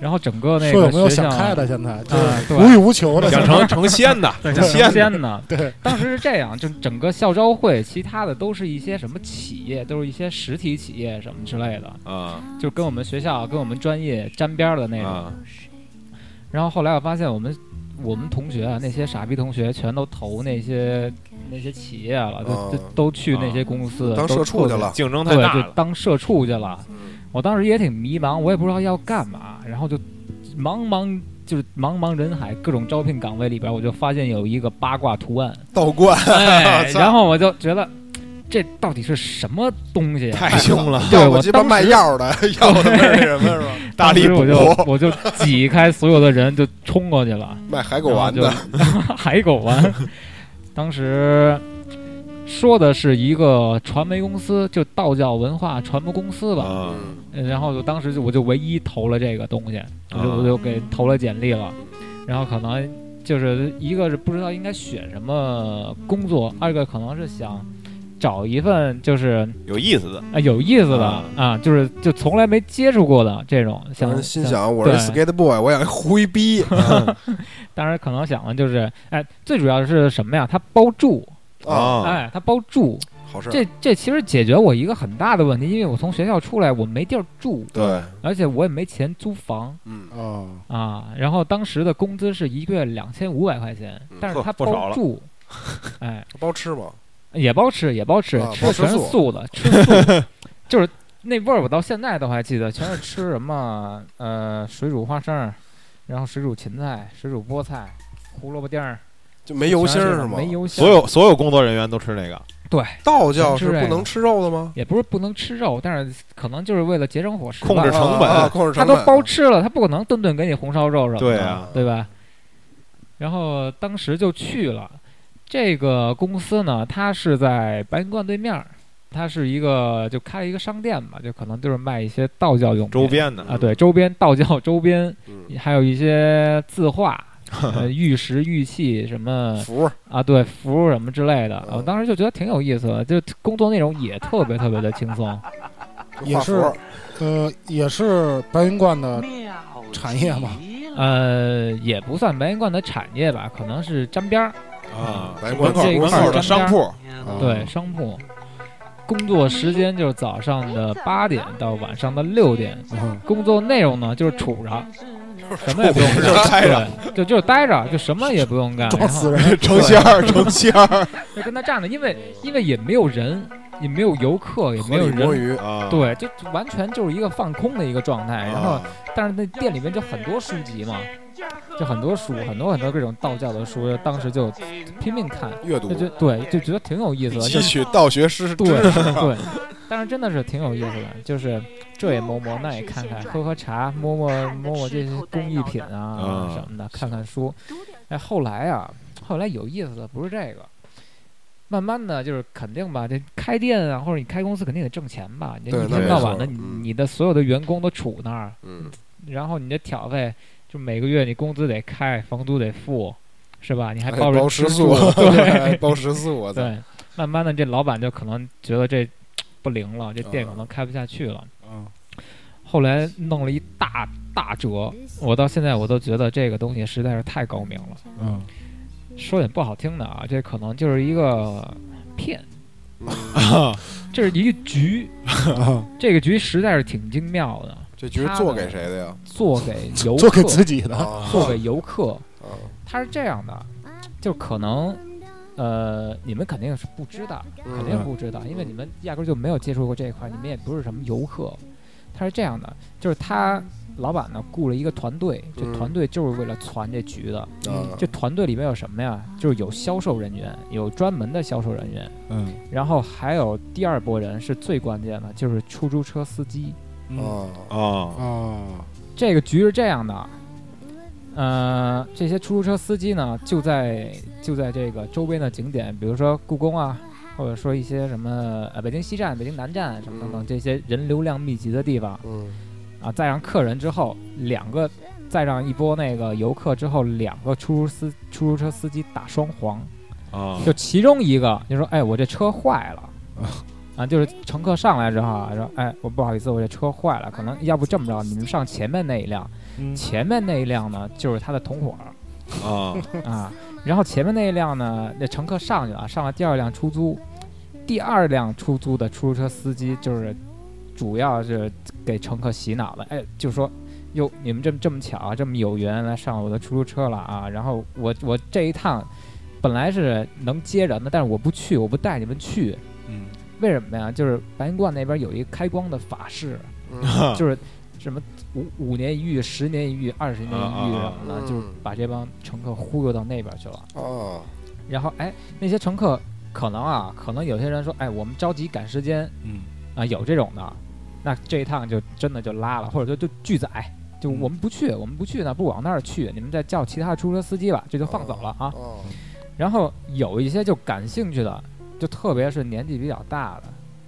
B: 然后整个那
A: 说有
B: 个
A: 没有
B: 学校
A: 想开的？现在就
B: 啊，
A: 是无
B: 对
A: 欲无求的，。
C: 想成成仙的，
B: 对，
C: 成
B: 成
C: 仙的。
B: 仙呢
A: 对，
B: 当时是这样，就整个校招会，其他的都是一些什么企业，都是一些实体企业什么之类的，
C: 啊
B: 就跟我们学校、跟我们专业沾边儿的那种。
C: 啊！
B: 然后后来我发现我们我们同学啊，那些傻逼同学全都投那些那些企业了，就、
D: 哦
B: 就都去那些公司、
D: 当社畜去了，
C: 竞争
B: 都
C: 太
B: 特别，
C: 大
B: 对，就
C: 了，
B: 当社畜去了。
D: 嗯
B: 我当时也挺迷茫，我也不知道要干嘛，然后就茫茫就是茫茫人海各种招聘岗位里边，我就发现有一个八卦图案，
D: 倒灌。，
B: 哎
D: 操
B: 然后我就觉得这到底是什么东西啊？
C: 太凶 了，
B: 对
D: 要不
B: 我
D: 鸡巴
B: 当
D: 卖
B: 时
D: 药的， 要不卖那什么是吧？
C: 大力
B: 当时
C: 补
B: 我就我就挤开所有的人就冲过去了。
D: 卖海狗 丸的，
B: 海狗丸。当时说的是一个传媒公司，就道教文化传播公司吧。
C: 啊！
D: 嗯，
B: 呃然后就当时就我就唯一投了这个东西，我就
C: 啊
B: 我就给投了简历了。然后可能就是一个是不知道应该选什么工作，二个可能是想找一份就是
C: 有意思的，
B: 啊、有意思的
C: 啊
B: 啊、就是就从来没接触过的这种，想
D: 人心想我啊是
B: 对
D: skate boy，我想胡 一逼啊
B: 当然可能想的就是哎，最主要是什么呀？它包住，
D: 啊，
C: 啊
B: 哎，它包住，
D: 好事儿。
B: 这这其实解决我一个很大的问题，因为我从学校出来，我没地儿住，
D: 对，
B: 而且我也没钱租房
D: 嗯，
A: 哦，
B: 啊。然后当时的工资是一个月两千五百块钱
D: 嗯，
B: 但是
C: 呵
B: 它
C: 不少
B: 包
C: 了
B: 住，哎，
D: 包吃嘛，
B: 也包吃，也包吃
D: 啊，
B: 吃
D: 包
B: 的
D: 吃
B: 全是
D: 素
B: 素的，吃素就是那味儿，我到现在都还记得，全是吃什么呃水煮花生儿，然后水煮芹菜、水煮菠菜、胡萝卜丁儿，
D: 就没油心
B: 全
D: 儿
B: 是
D: 是吗？
B: 没油心儿，
C: 所有所有工作人员都吃那个，
B: 对。
D: 道教
B: 全
D: 是
B: 吃这
D: 不
B: 个
D: 能吃肉的吗？
B: 也不是不能吃肉，但是可能就是为了节省伙食吧，
C: 控制成本
D: 啊啊控嗯制
B: 他
D: 成
B: 都
D: 本，
B: 包吃了，他不可能顿顿给你红烧肉什么的，
C: 对
B: 对
C: 啊
B: 吧？然后当时就去了，这个公司呢，它是在白云观对面儿，它是一个就开了一个商店嘛，就可能就是卖一些道教用品
C: 周边的
B: 啊，对，周边道教周边，
D: 嗯，
B: 还有一些字画、呃玉石、玉器什么
D: 服嗯儿
B: 啊，对，符什么之类的。我
D: 嗯
B: 当时就觉得挺有意思的，就工作内容也特别特别的轻松。
A: 也是
D: 画符
A: 呃，也是白云观的
E: 产业嘛，
B: 呃，也不算白云观的产业吧，可能是沾边儿，
C: 啊，
D: 白云
C: 门
D: 观
C: 口
B: 这一
C: 门
B: 块儿
C: 口的商铺，
A: 嗯
D: 啊
B: 对，商铺。工作时间就是早上的八点到晚上的六点，
A: 嗯，
B: 工作内容呢就是杵着，什么也不用干，
C: 就是待着
B: 对，就就是待着，就什么也不用干，
A: 撞
B: 然后
A: 死人，
C: 成仙儿，成仙儿
B: 就跟他站着，因为因为也没有人，也没有游客， 也没
D: 河
B: 有
D: 里摸
B: 人，
D: 鱼，
C: 啊，
B: 对，就就完全就是一个放空的一个状态。然后
C: 啊，
B: 但是那店里面就很多书籍嘛，就很多书，很多很多各种道教的书，当时就拼命看，
D: 阅读
B: 就，觉对，就觉得挺有意思的，就
D: 吸取道学知识
B: 对
D: 知识。
B: 对，但是真的是挺有意思的，就是这也摸摸，那也看看，喝喝茶，摸摸摸摸这些工艺品啊
C: 嗯
B: 什么的，看看书。哎，后来啊，后来有意思的不是这个，慢慢的就是肯定吧，这开店啊，或者你开公司肯定得挣钱吧，你
D: 对
B: 一
D: 那
B: 天
C: 没
B: 到晚
D: 错
B: 的，你
D: 嗯
B: 你的所有的员工都杵那儿，
D: 嗯，
B: 然后你的挑费就每个月你工资得开，房租得付，是吧？你还
D: 还
B: 包着
D: 包
B: 吃
D: 食宿，
B: 对
D: 还，包啊食 宿，我 操！
B: 对，慢慢的这老板就可能觉得这不灵了，这店可能开不下去了。
A: 嗯，
B: 后来弄了一大大折，我到现在我都觉得这个东西实在是太高明了。
A: 嗯，
B: 说点不好听的啊，这可能就是一个骗，
D: 嗯
B: 这是一个 局，
A: 啊
B: 这个局实在是挺精妙的，
D: 这局做给谁的呀？
B: 做给游
A: 做给
B: 客，
A: 自己的，
D: 啊
B: 做给游客。
D: 啊
B: 它是这样的，就可能，呃，你们肯定是不知道，
D: 嗯
B: 肯定不知道，因为你们压根儿就没有接触过这一块，你们也不是什么游客。它是这样的，就是他老板呢雇了一个团队，这
D: 嗯
B: 团队就是为了攒这局的。
D: 啊
B: 这团队里面有什么呀？就是有销售人员，有专门的销售人员，
A: 嗯
B: 然后还有第二波人是最关键的，就是出租车司机。
A: 嗯
D: 啊
C: 啊，
A: 啊，
B: 这个局是这样的，呃，这些出租车司机呢，就在就在这个周边的景点，比如说故宫啊，或者说一些什么呃北京西站、北京南站什么等等这些人流量密集的地方
D: 嗯
B: 啊，再让客人之后，两个再让一波那个游客之后，两个出租司出租车司机打双黄，
C: 啊，
B: 就其中一个就说：“哎，我这车坏了。”啊，就是乘客上来之后啊，说：“哎，我不好意思，我这车坏了，可能要不这么着，你们上前面那一辆。”
A: 嗯
B: 前面那一辆呢，就是他的同伙儿
C: 啊，
B: 啊。然后前面那一辆呢，那乘客上去了，上了第二辆出租，第二辆出租的出租车司机就是主要是给乘客洗脑的，哎，就说哟，你们这么这么巧啊，这么有缘来上我的出租车了啊。然后我我这一趟本来是能接人的，但是我不去，我不带你们去，
A: 嗯
B: 为什么呀？就是白云观那边有一个开光的法事，
D: 嗯
C: 啊
B: 就是什么五五年一遇、十年一遇、二十年一遇
C: 啊啊
B: 什
C: 啊
B: 么的，就是
D: 嗯
B: 把这帮乘客忽悠到那边去了。
D: 啊
B: 然后哎，那些乘客可能啊，可能有些人说，哎，我们着急赶时间
A: 嗯
B: 啊，有这种的，那这一趟就真的就拉了，或者就就拒载。就
C: 嗯
B: 我们不去，我们不去呢，不往那儿去，你们再叫其他出租车司机吧，这就放走了啊。
D: 啊
B: 然后有一些就感兴趣的，就特别是年纪比较大的，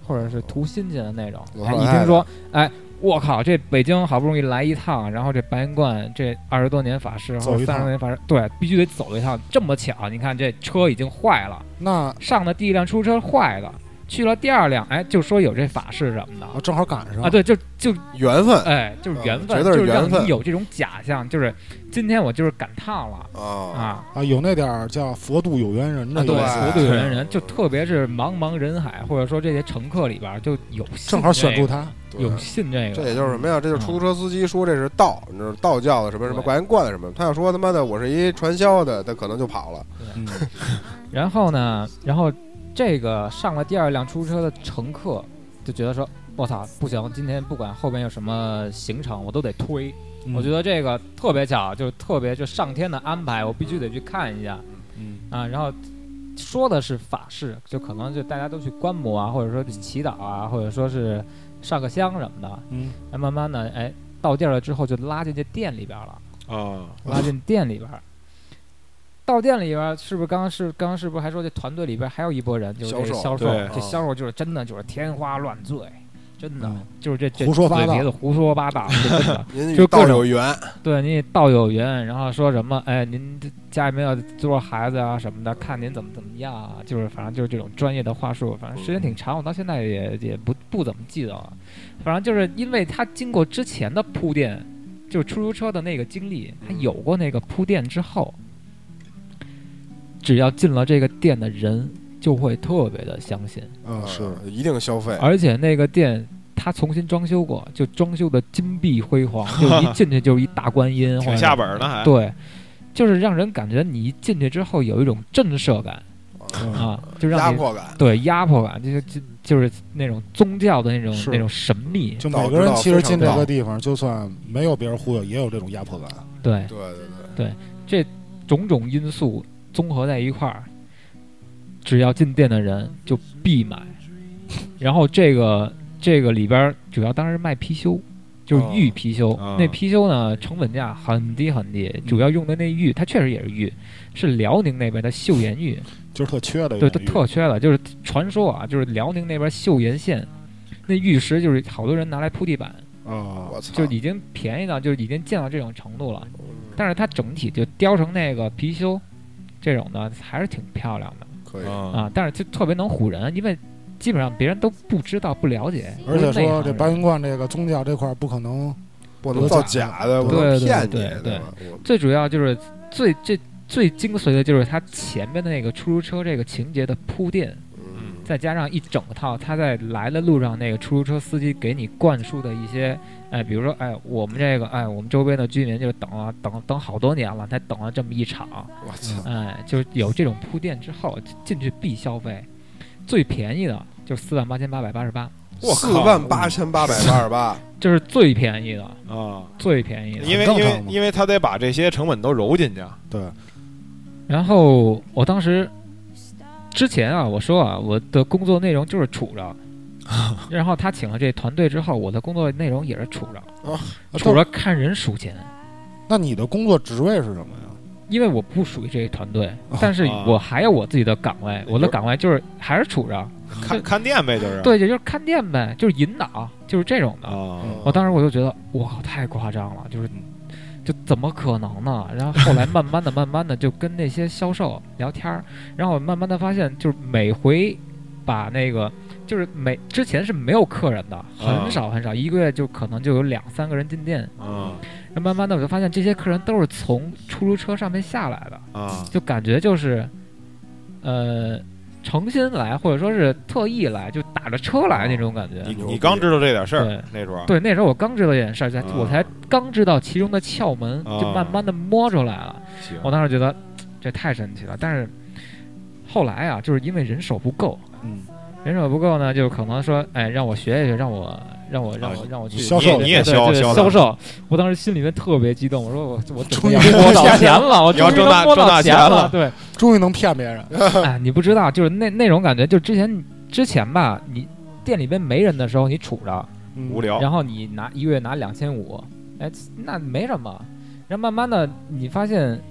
B: 或者是图新鲜的那种，
D: 老
B: 哎，
D: 太
B: 一
D: 太
B: 听说，哎，我靠，这北京好不容易来一趟，然后这白云观这二十多年法师
A: 走
B: 或者
A: 一趟
B: 三十多年法师，对，必须得走一趟。这么巧，你看这车已经坏了，
A: 那
B: 上的第一辆出租车坏了，去了第二辆，哎，就说有这法事什么的
A: 啊正好赶上
B: 啊，，对，就就
D: 缘分
B: 哎，就是
D: 啊
B: 缘分，
D: 绝对是
B: 就是让
D: 缘分
B: 你有这种假象，就是今天我就是赶趟了
D: 啊
B: 啊。
A: 啊，有那点儿叫佛度有缘人
B: 啊，
A: 的意
B: 对，
A: 思，
B: 所对有缘人，
D: 对
B: 就特别是茫茫人海，或者说这些乘客里边儿，就有信
A: 正好
B: 这
A: 选
B: 个
A: 住他，
D: 对
B: 有信这个，
D: 这也就是什么呀？这就是出租车司机说这是道，你知道道教的什么什么
B: 对
D: 白云观的什么，他要说他妈的我是一传销的，他可能就跑了。
A: 嗯
B: 然后呢，然后这个上了第二辆出租车的乘客就觉得说，我操，不行，今天不管后边有什么行程，我都得推。
A: 嗯
B: 我觉得这个特别巧，就是特别就上天的安排，我必须得去看一下
A: 嗯
B: 啊。然后说的是法事，就可能就大家都去观摩啊，或者说祈祷啊，或者说是上个香什么的。
A: 嗯
B: 哎，慢慢的，哎，到地儿了之后就拉进这店里边儿了，
C: 啊，
B: 拉进店里边儿。到店里边儿是不是刚刚是刚刚是不是还说这团队里边儿还有一波人就是这
D: 销
B: 销
D: 售
B: 售
C: 对，
B: 这
D: 啊
B: 销售就是真的就是天花乱坠，真的
A: 嗯
B: 就是这这
A: 胡说八
B: 嘴
A: 道
B: 皮子胡说八道，是真的。
D: 您
B: 就
D: 与
B: 各种
D: 道有缘，
B: 对你道有缘，然后说什么哎您这家里面有多少孩子啊什么的，看您怎么怎么样啊，就是反正就是这种专业的话术，反正时间挺长，我到现在也也不不怎么记得了，反正就是因为他经过之前的铺垫。就是出租车的那个经历，他有过那个铺垫之后，只要进了这个店的人，就会特别的相信。
A: 嗯，是
D: 呃一定消费。
B: 而且那个店他重新装修过，就装修的金碧辉煌，就一进去就是一大观 音，或
C: 挺
B: 者
C: 下本儿呢还。
B: 对，就是让人感觉你一进去之后有一种震慑感
A: 嗯
B: 啊，就
D: 压
B: 让你
D: 迫感，
B: 对压迫感，就是就就是那种宗教的那种
A: 是
B: 那种神秘，
A: 就
D: 道
A: 每
D: 知
A: 个人
D: 道
A: 其
D: 非
A: 实
D: 常
A: 进这
D: 道
A: 个地方，就算没有别人忽悠，也有这种压迫感。
B: 对
D: 对对对，
B: 种种因素综合在一块儿，只要进店的人就必买。然后这个这个里边儿主要当时卖貔貅，就是玉貔貅。
C: 哦
B: 那貔貅呢，成本价很低很低，主要用的那玉，它确实也是玉，是辽宁那边的岫岩玉，
A: 就是特缺的一
B: 对，
A: 种
B: 它
A: 欲，
B: 特缺了。就是传说啊，就是辽宁那边岫岩县。那玉石就是好多人拿来铺地板，
A: 啊，
D: 我操，
B: 就已经便宜到就是已经见到这种程度了。
D: 嗯
B: 但是它整体就雕成那个貔貅这种的，还是挺漂亮的
D: 可以，
C: 啊，
A: 嗯
B: 啊。但是就特别能唬人，因为基本上别人都不知道、不了解，
A: 而且
B: 不是内
A: 说
B: 行
A: 这
B: 人
A: 白云观这个宗教这块儿不可能，
D: 不能造假的，不能
B: 啊对对
D: 骗你，
B: 对对
D: 吧？我
B: 最主要就是最最最精髓的就是它前面的那个出租车这个情节的铺垫，
D: 嗯，
B: 再加上一整套他在来的路上那个出租车司机给你灌输的一些，哎，比如说，哎，我们这个，哎，我们周边的居民就等了等等好多年了，才等了这么一场，
D: 我操，
B: 哎，就是有这种铺垫之后，进去必消费，最便宜的就四万八千八百八十八，
C: 我
D: 四
C: 靠
D: 万八千八百八十八，
B: 这是最便宜的，
C: 啊，
B: 最便宜的。
C: 因为
A: 很正
C: 因
A: 常
C: 为
A: 嘛
C: 因为他得把这些成本都揉进去，啊
A: 对，
B: 然后我当时之前啊，我说啊，我的工作内容就是杵着。然后他请了这团队之后，我的工作内容也是杵着，
A: 啊
B: 杵
A: 但
B: 着看人数钱，
A: 那你的工作职位是什么呀？
B: 因为我不属于这个团队，但是
C: 啊
B: 我还有我自己的岗位，我的
C: 就是
B: 岗位就是还是杵着，
C: 看看店呗，就是
B: 对，也就是看店呗，就是引导，就是这种的。
C: 啊，
A: 嗯
B: 我当时我就觉得，我靠，太夸张了，就是，就怎么可能呢？然后后来慢慢的、慢慢的就跟那些销售聊天儿，然后我慢慢的发现，就是每回把那个，就是每之前是没有客人的，
C: 啊
B: 很少很少，一个月就可能就有两三个人进店。
C: 啊
B: 然后慢慢的我就发现，这些客人都是从出租车上面下来的，
C: 啊，
B: 就感觉就是，呃。诚心来，或者说是特意来，就打着车来那种感觉。
C: 你
D: 牛
C: 你
D: 逼
C: 刚知道这点事儿
B: 对
C: 那时候，
B: 对，那时候我刚知道这件事儿，才
C: 啊
B: 我才刚知道其中的窍门，
C: 啊
B: 就慢慢的摸出来了。
C: 行
B: 我当时觉得嘖这太神奇了，但是后来啊，就是因为人手不够，
A: 嗯，
B: 人手不够呢，就可能说，哎，让我学一学，让我让我让我让我去
A: 你销售
B: 对
A: 你
C: 也
B: 对
C: 销
B: 对
C: 销
B: 销
C: 的
B: 售。我当时心里面特别激动，我说我我
A: 终
B: 终于
A: 于
B: 摸到钱了，我
C: 你要
B: 终于
C: 挣大
B: 能摸
C: 挣大
B: 到钱
C: 钱
B: 了
C: 了，
B: 对。
A: 终于能骗别人，
B: 哎，你不知道，就是那那种感觉，就之前之前吧，你店里边没人的时候，你杵着，
A: 嗯
C: 无聊，
B: 然后你拿一个月拿两千五，哎，那没什么。然后慢慢的，你发现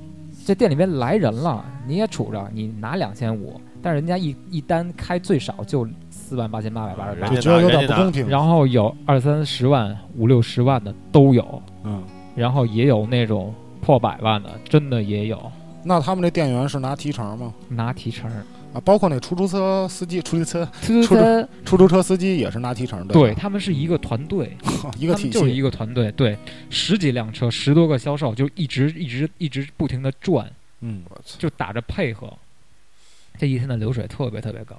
B: 这店里边来人了，你也杵着，你拿两千五，但人家一一单开最少就四万八千八百八十
C: 人
B: 八
C: 家，
A: 就觉得有点
C: 人家
A: 不公平。
B: 然后有二三十万、五六十万的都有，
A: 嗯，
B: 然后也有那种破百万的，真的也有
A: 那他们这店员是拿提成吗？
B: 拿提成儿，
A: 啊，包括那出租车司机、出租车、
B: 出
A: 出出租车司机也是拿提成，
B: 对
A: 吧，
B: 他们是一个团队，
A: 一
B: 他
A: 个
B: 们
A: 体
B: 就是
A: 系
B: 一。个团队，对，十几辆车，十多个销售，就一直一直一直不停的转。
A: 嗯，
D: 我操，
B: 就打着配合，这一天的流水特别特别高。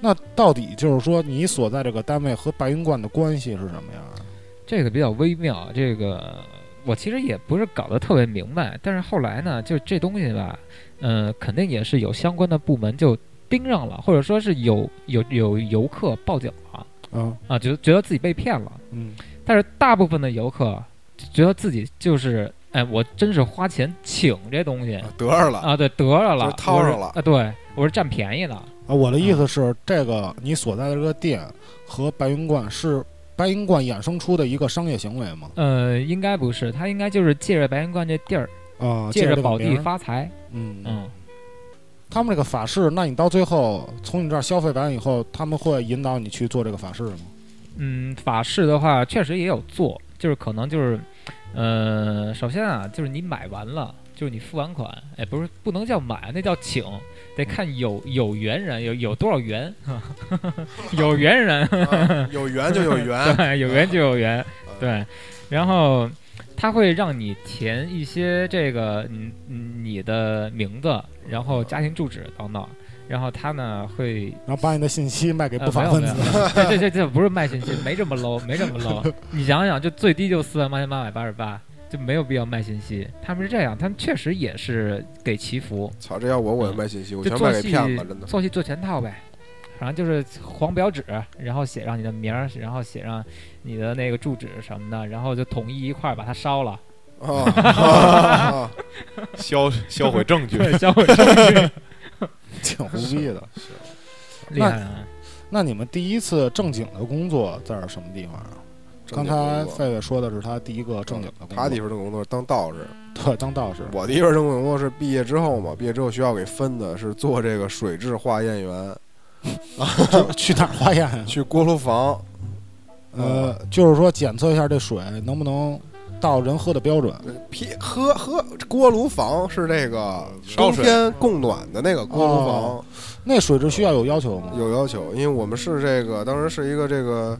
A: 那到底就是说你所在这个单位和白云观的关系是什么样啊？
B: 这个比较微妙，这个我其实也不是搞得特别明白，但是后来呢，就这东西吧，呃，肯定也是有相关的部门就盯上了，或者说是有有有游客报警了
D: 哦
A: 嗯
B: 啊，觉得觉得自己被骗了，
A: 嗯，
B: 但是大部分的游客就觉得自己就是。哎，我真是花钱请这东西
D: 啊得着了，
B: 啊！对，得着了，
D: 就是掏着
B: 我是
D: 了
B: 啊！对，我是占便宜的，
A: 啊，我的意
B: 嗯
A: 思是，这个你所在的这个店和白云观是白云观衍生出的一个商业行为吗？
B: 呃，应该不是，他应该就是借着白云观这地儿，
A: 啊，
B: 借
A: 着这
B: 着
A: 个
B: 宝
A: 名
B: 地
A: 儿，
B: 发财。
A: 嗯
B: 嗯，
A: 他们这个法事，那你到最后从你这儿消费完以后，他们会引导你去做这个法事吗？
B: 嗯，法事的话确实也有做，就是可能就是，呃，首先啊，就是你买完了，就是你付完款，哎，不是不能叫买，那叫请，得看有有缘人，有有多少缘， 有缘人，
D: 啊有缘就有缘，
B: 嗯对， 有缘就有缘，对，然后。他会让你填一些这个你你的名字，然后家庭住址等等，然后他呢会
A: 然后把你的信息卖给
B: 呃
A: 不法分子，
B: 没有没有这这这这不是卖信息，没这么 low，没这么 low。你想想，就最低就四万八千八百八十八，就没有必要卖信息。他们是这样，他们确实也是给祈福，
D: 操，这要我我也卖信息，
B: 嗯
D: 我
B: 就
D: 全
B: 做
D: 卖给
B: 戏
D: 骗子，真的。
B: 做戏做全套呗。反正就是黄表纸，然后写上你的名儿，然后写上你的那个住址什么的，然后就统一一块儿把它烧了，
D: 啊啊，
C: 销销毁证据，
B: 对，销毁证 据
A: 挺无逼的。
B: 厉害啊！
A: 那你们第一次正经的工作在什么地方啊？刚才费费说的是他第一个正经的
C: 嗯
A: 工作，
D: 他 地方的工作当道士，
A: 对当道士，
D: 我第一份正经工作是毕业之后嘛，毕业之后学校给分的是做这个水质化验员，
A: 就 去哪儿化验啊？
D: 去锅炉房，
A: 呃，就是说检测一下这水能不能到人喝的标准。
D: 屁呃喝喝锅炉房是这个
C: 烧
D: 冬
C: 水
D: 天供暖的那个锅炉
A: 哦
D: 房，
A: 那水质需要有要求吗？
D: 有要求，因为我们是这个当时是一个这个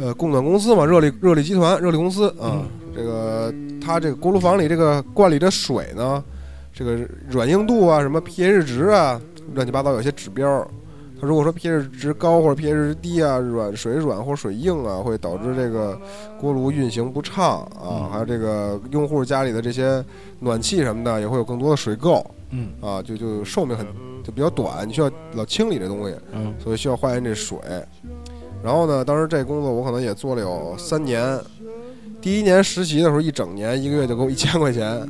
D: 呃供暖公司嘛，热力热力集团热力公司
C: 嗯
D: 啊，这个它这个锅炉房里这个罐里的水呢，这个软硬度啊，什么 pH 值啊，乱七八糟有些指标。它如果说 pH 值高或者 pH 值低啊，软水软或水硬啊，会导致这个锅炉运行不畅啊，
A: 嗯
D: 还有这个用户家里的这些暖气什么的也会有更多的水垢
A: 嗯
D: 啊，就就寿命很就比较短，你需要老清理这东西。
A: 嗯
D: 所以需要化验这水。然后呢，当时这工作我可能也做了有三年。第一年实习的时候，一整年一个月就给我一千块钱，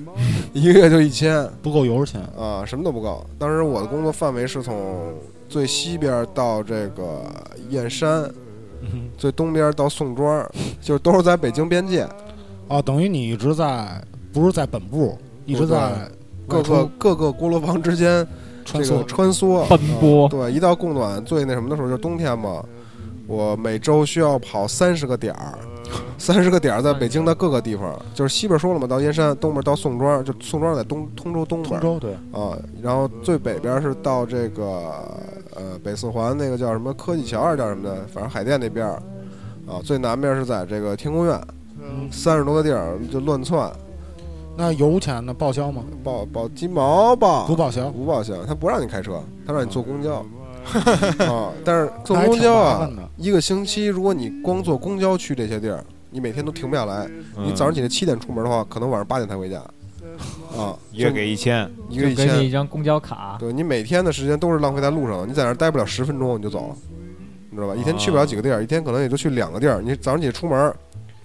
D: 一个月就一千
A: 不够油钱。
D: 啊，什么都不够。当时我的工作范围是从最西边到这个燕山，
A: 嗯
D: 最东边到宋庄，就是都是在北京边界
A: 哦，等于你一直在，不是在本部，一直在
D: 各个各个锅炉房之间
A: 穿
D: 这个
A: 梭。
D: 穿梭
B: 奔波
D: 啊对，一到供暖最那什么的时候就是冬天嘛，我每周需要跑三十个点儿，三十个点儿在北京的各个地方，就是西边说了嘛，到燕山，东边到宋庄，就宋庄在东通州东
A: 通
D: 边
A: 州对，
D: 啊，然后最北边是到这个呃北四环那个叫什么科技桥还是叫什么的，反正海淀那边儿啊，最南边是在这个天宫院，三十多个地儿就乱窜，
A: 嗯那油钱呢？报销吗？
D: 报报鸡毛吧，
A: 不报销，
D: 不报销，他不让你开车，他让你坐公交。啊，但是坐
A: 那还
D: 公
A: 挺
D: 交
A: 麻
D: 啊
A: 烦，的。
D: 一个星期，如果你光坐公交去这些地儿，你每天都停不下来。
C: 嗯
D: 你早上起来七点出门的话，可能晚上八点才回家。啊，
C: 一个
D: 就
C: 给一千，
D: 一
B: 就
D: 个一
B: 给你
D: 千，
B: 一张公交卡，
D: 对你每天的时间都是浪费在路上，你在那儿待不了十分钟你就走了，你知道吧？一天去不了几个地儿，一天可能也就去两个地儿。你早上起来出门，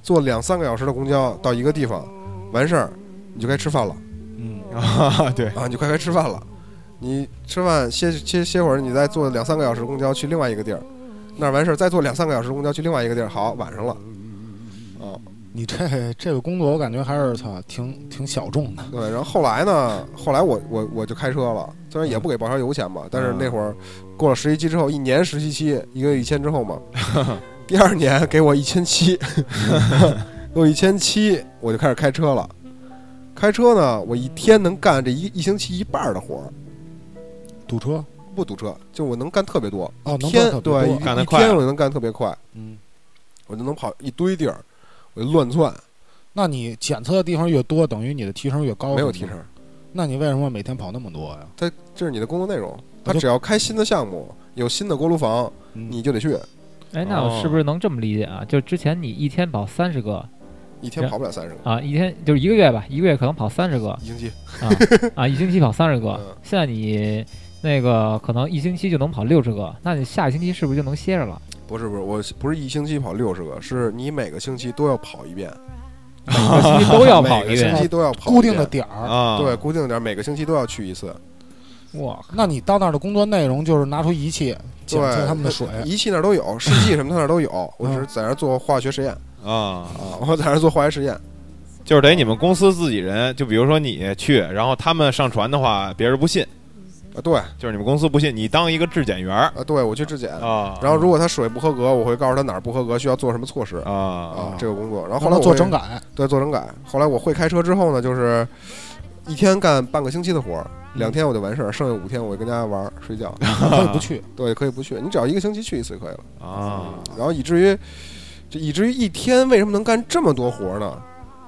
D: 坐两三个小时的公交到一个地方，完事儿你就该吃饭了。
A: 嗯，
C: 啊， 对，
D: 啊，你就快该吃饭了。你吃饭歇歇歇会儿，你再坐两三个小时公交去另外一个地儿，那儿完事儿再坐两三个小时公交去另外一个地儿，好，晚上了。啊，
A: 你这这个工作，我感觉还是操，挺挺小众的。
D: 对。然后后来呢？后来我我我就开车了，虽然也不给报销油钱吧，但是那会儿过了实习期之后，一年实习期，一个月一千之后嘛，第二年给我一千七，给我一千七，我就开始开车了。开车呢，我一天能干这一一星期一半儿的活儿，
A: 堵车
D: 不堵车，就我能干特别多。
A: 哦，能
D: 天
A: 干可不
D: 对
A: 多
D: 一
C: 干得
D: 一
C: 快
D: 天我就能干特别快，
A: 嗯，
D: 我就能跑一堆地儿，我就乱窜，
A: 那你检测的地方越多，等于你的提成越高。
D: 没有
A: 是
D: 提
A: 吗。
D: 成。
A: 那你为什么每天跑那么多呀？
D: 它这是你的工作内容，它
A: 啊就
D: 只要开新的项目，有新的锅炉房，
A: 嗯
D: 你就得去，
B: 哎，那我是
C: 哦
B: 不是能这么理解啊？就之前你一天跑三十个
D: 一天跑不了三十个，
B: 啊，一天就是一个月吧，一个月可能跑三十 个，
D: 一星期。
B: 啊啊，一星期跑三十个
D: 嗯，
B: 现在你那个可能一星期就能跑六十个，那你下个星期是不是就能歇着了？
D: 不是不是，我不是一星期跑六十个，是你每个星期都要跑一遍，
B: 每个星期都要跑
D: 每
B: 一
D: 个星
B: 遍。
D: 期都要跑一遍
A: 固定的，点儿。
C: 啊，
D: 对，，固定的点儿，每个星期都要去一次。
B: 哇，
A: 那你到那儿的工作内容就是拿出仪器检测
D: 对
A: 他们的水，
D: 仪器那儿都 有，
A: 嗯
D: 试剂什么它那儿都有，我只是在那儿做化学实验
C: 啊，
D: 啊，我在那儿做化学实验。
C: 就是得你们公司自己人，就比如说你去，然后他们上传的话，别人不信，
D: 啊，对，
C: 就是你们公司不信，你当一个质检员儿
D: 啊，对我去质检，
A: 嗯
C: 啊，
D: 然后如果他水不合格，我会告诉他哪儿不合格，需要做什么措施
C: 啊
D: 啊
C: 啊，
D: 这个工作。然后后
A: 帮他
D: 来我
A: 嗯做
D: 会
A: 整， 改，
D: 对，做整改。后来我会开车之后呢，就是一天干半个星期的活儿，两天我就完事儿，剩下五天我就跟家玩儿睡觉。
A: 他可以不 去。
D: 对，可以不去，你只要一个星期去一次就可以了。
C: 啊，
D: 然后以至于，就以至于一天为什么能干这么多活儿呢？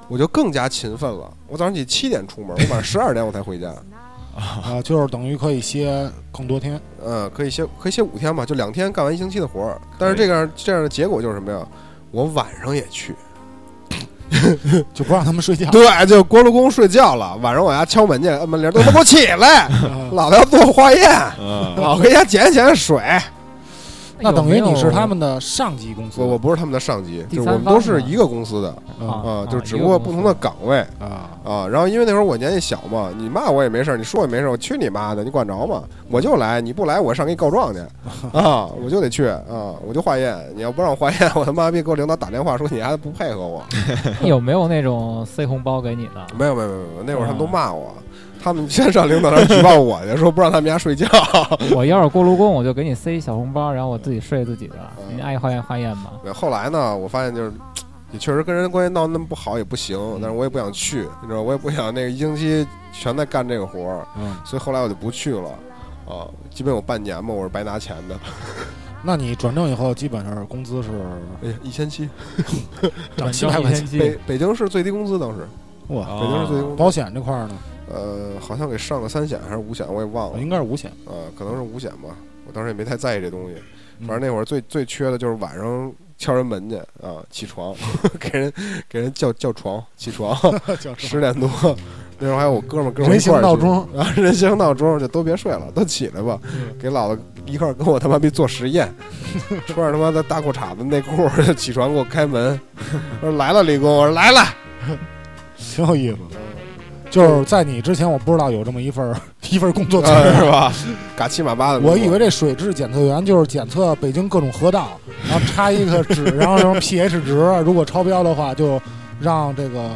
D: 我就更加勤奋了。我早上起七点出门，我晚上十二点我才回家。
A: 啊，就是等于可以歇更多天。
D: 嗯，可以歇可以歇五天吧，就两天干完一星期的活儿。但是
C: 可
D: 这
C: 以
D: 样这样的结果就是什么呀？我晚上也去，
A: 就不让他们睡觉。
D: 对，就锅炉工睡觉了。晚上我家敲门去，呃摁门铃，都他妈给我起来，
A: 啊
D: 老子要做化验，
C: 嗯，
D: 老回家捡捡水。
A: 那等于你是他
B: 们
A: 们的上级公司
D: 我我不是他们的上级，
B: 第
D: 就是
B: 三
D: 我们
B: 方
D: 都是
B: 呢
D: 一个公司的
A: 啊
D: 啊，就只
B: 一
D: 不
B: 个
D: 过
B: 公
D: 不
B: 司
D: 同的岗位
A: 啊！
D: 啊。然后因为那会儿我年纪小嘛，你骂我也没事儿，你说我也没事儿，我去你妈的，你管着吗？我就来，你不来我上给你告 状去啊，我就得去啊，我就化验。你要不让我化验，我他妈逼给我领导打电话说你还不配合我。
B: 有没有那种 塞红包给你的？
D: 没有没有没有没有，那会儿他们都骂我。他们先上领导那儿举报我去，说不让他们家睡觉。
B: 我要是锅炉工，我就给你塞一小红包，然后我自己睡自己的。
D: 嗯
B: 你爱化验化验吧。
D: 对，后来呢，我发现就是，也确实跟人关系闹那么不好也不行，但是我也不想去，你知道，我也不想那个一星期全在干这个活儿，
A: 嗯，
D: 所以后来我就不去了。啊，基本有半年吧，我是白拿钱的，
A: 那你转正以后，基本上工资是
D: 哎呀，一千七，
A: 涨
B: 转
A: 七
B: 正
A: 百
B: 一
A: 块
B: 天
A: 钱。
D: 北
B: 机，
D: 北京市最低工资当时，
A: 哇，
D: 北京市最低工资，
A: 保险这块儿呢，
D: 呃，好像给上了三险还是五险，我也忘了，
A: 应该是五险。
D: 啊，可能是五险吧，我当时也没太在意这东西。
A: 嗯
D: 反正那会儿最最缺的就是晚上敲人门去啊，起床， 给人给人叫叫床，起 床十点多。那时候还有我哥们儿跟我一
A: 人形
D: 块儿去
A: 闹钟，嗯
D: 啊，人形闹钟就都别睡了，都起来吧，给老子一块儿跟我他妈逼做 实验，穿着他妈的大裤衩子内裤儿就起床给我开 门，我说来了李工，我说来了，
A: 挺有意思的。就是在你之前，我不知道有这么一份儿 一份儿工作存在。
D: 啊
C: 是吧？
D: 嘎七马八的工作，
A: 我以为这水质检测员就是检测北京各种河道，然后插一个纸，然后什么 pH 值，如果超标的话，就让这个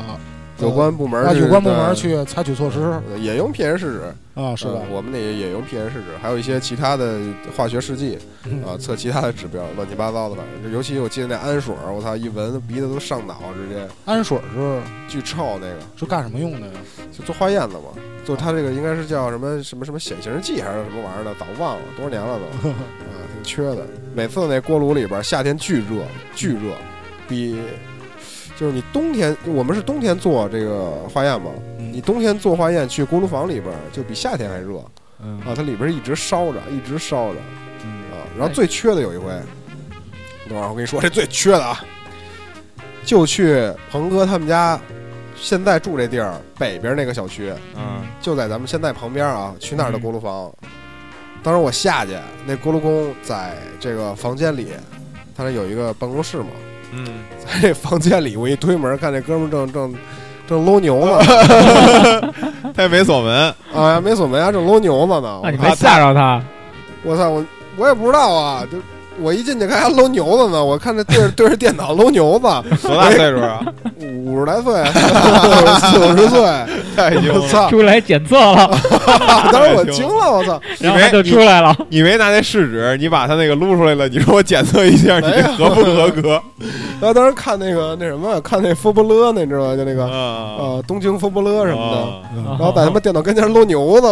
D: 有关部门
A: 啊
D: 儿去
A: 有关部
D: 的
A: 门去采取措施
D: 呃也用 pH 试纸，
A: 啊，是吧
D: 呃？我们那也也用 pH 试纸，还有一些其他的化学试剂
A: 嗯
D: 啊、测其他的指标，乱七八糟的，反正尤其我记得那氨水儿，我操，一闻鼻子都上脑，直接
A: 氨水是
D: 巨臭那个，
A: 是干什么用的呀？
D: 就做化验的嘛。就
A: 啊
D: 它这个应该是叫什么什么什么显形剂还是什么玩意儿的，早忘了多少年了 都，啊、挺缺的。每次那锅炉里边儿夏天巨热，巨热，比就是你冬天，我们是冬天做这个化验嘛，
A: 嗯
D: 你冬天做化验去锅炉房里边儿就比夏天还热。
A: 嗯
D: 啊，它里边儿一直烧着，一直烧着
A: 嗯
D: 啊。然后最缺的有一回，等会儿我跟你说，这最缺的啊，就去鹏哥他们家，现在住这地儿北边那个小区，
C: 嗯，
D: 就在咱们现在旁边啊，去那儿的锅炉房。当时我下去，那锅炉工在这个房间里，他那有一个办公室嘛，
C: 嗯，
D: 在这房间里，我一推门，看这哥们儿正正正搂牛呢，
C: 他也嗯没锁门，
D: 啊，没锁门啊，正搂牛子呢。
B: 那你
D: 我看
B: 没吓着他？
D: 我操，我我也不知道啊，就我一进去看还搂牛子呢，我看着对着对着电脑搂牛子，
C: 多大岁数啊？
D: 五十来岁， 四五十岁，
C: 太牛
D: 我
C: 了！
D: 操！
B: 出来检测了，
D: 当时我惊了，我操！
C: 然后他就出
B: 来了。
C: 你没拿那试纸，你把他那个撸出来了，你说我检测一下你
D: 没有
C: 这合不合 格？
D: 然后当时看那个那什么，看那佛波勒，你知道吗？就那个
C: 啊，
D: 呃东京佛波勒什么的。
A: 嗯
B: 啊
D: 然后在他妈电脑跟前搂牛子，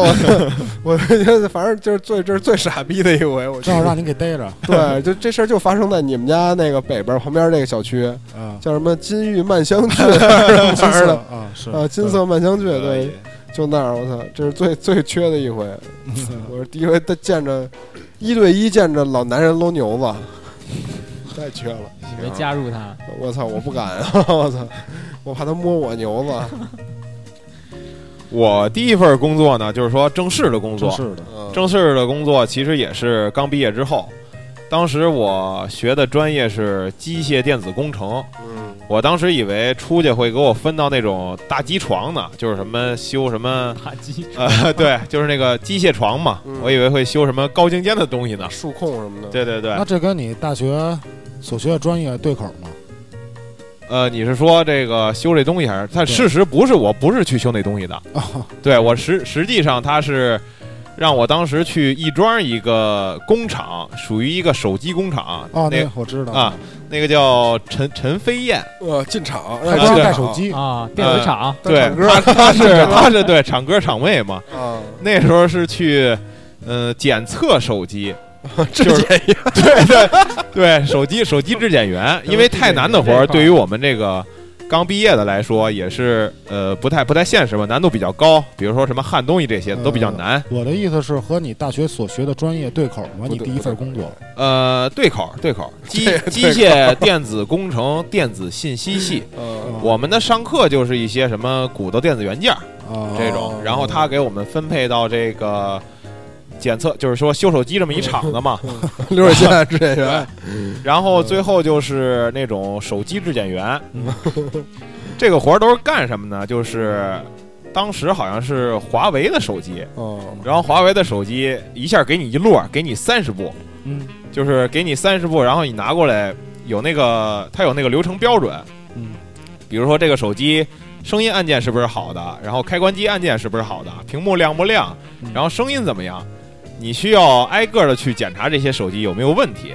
D: 我我 觉得反正就是最这是最傻逼的一回，我觉
A: 正好
D: 得
A: 让你给逮着。
D: 对，就这事儿就发生在你们家那个北边旁边那个小区，
A: 啊，
D: 叫什么金玉曼香郡还是什么玩意儿的，
A: 啊是
D: 啊，金色曼香剧，
C: 可
D: 对
C: 以，
D: 就那儿，我操，这是最最缺的一回。
A: 嗯
D: 我是第一回见着一对一见着老男人搂牛子，太缺了。
B: 你没加入他，
D: 我操，我不敢啊！ 我操，我怕他摸我 牛子。
C: 我第一份工作呢，就是说正式的工作，
A: 是的，
D: 嗯
C: 正式的工作其实也是刚毕业之后。当时我学的专业是机械电子工程，
D: 嗯
C: 我当时以为出去会给我分到那种大机床呢，就是什么修什么
B: 打击
C: 呃，对，就是那个机械床嘛，
D: 嗯
C: 我以为会修什么高精尖的东西呢。
D: 数控什么的，
C: 对对对
A: 那，这跟你大学所学的专业对口吗？
C: 呃，你是说这个修这东西还是？但
A: 对
C: 事实不是，我不是去修那东西的。
A: 啊，
C: 对我实实际上他是让我当时去亦庄一个工厂，属于一个手机工厂。
A: 哦，
C: 那
A: 那我知道
C: 啊，那个叫陈陈飞燕，
D: 呃，进场
A: 还
C: 啊
A: 帮
C: 对
A: 带手机，
B: 啊，电子厂
C: 对
D: 唱， 歌
C: 他 他是他是 对厂哥厂妹嘛。
D: 啊，
C: 那时候是去呃检测手 机，
D: 这
C: 就是
D: 也一样
C: 对对对，手机手机质检员，因为太难的活
B: 这一块
C: 儿，
B: 儿
C: 对于我们这个刚毕业的来说，也是呃不太不太现实吧，难度比较高。比如说什么焊东西这些都比较难。
A: 我的意思是和你大学所学的专业对口吗？
D: 不
A: 你
D: 对
A: 第一份工作，
C: 呃，对口对口，机
D: 对
C: 机械电子工程电子信息 系，
D: 呃，
C: 我们的上课就是一些什么鼓捣电子元件儿
A: 啊，
C: 这
D: 哦
C: 种， 然后他给我们分配到这个检测，就是说修手机这么一厂子嘛。
D: 流水线制片员，
C: 然后最后就是那种手机质检员，这个活儿都是干什么呢？就是当时好像是华为的手机，
D: 哦，
C: 然后华为的手机一下给你一摞，给你三十部，
A: 嗯
C: 就是给你三十部，然后你拿过来有那个它有那个流程标准，
A: 嗯，
C: 比如说这个手机声音按键是不是好的，然后开关机按键是不是好的，屏幕亮不亮
A: 嗯，
C: 然后声音怎么样，你需要挨个的去检查这些手机有没有问题。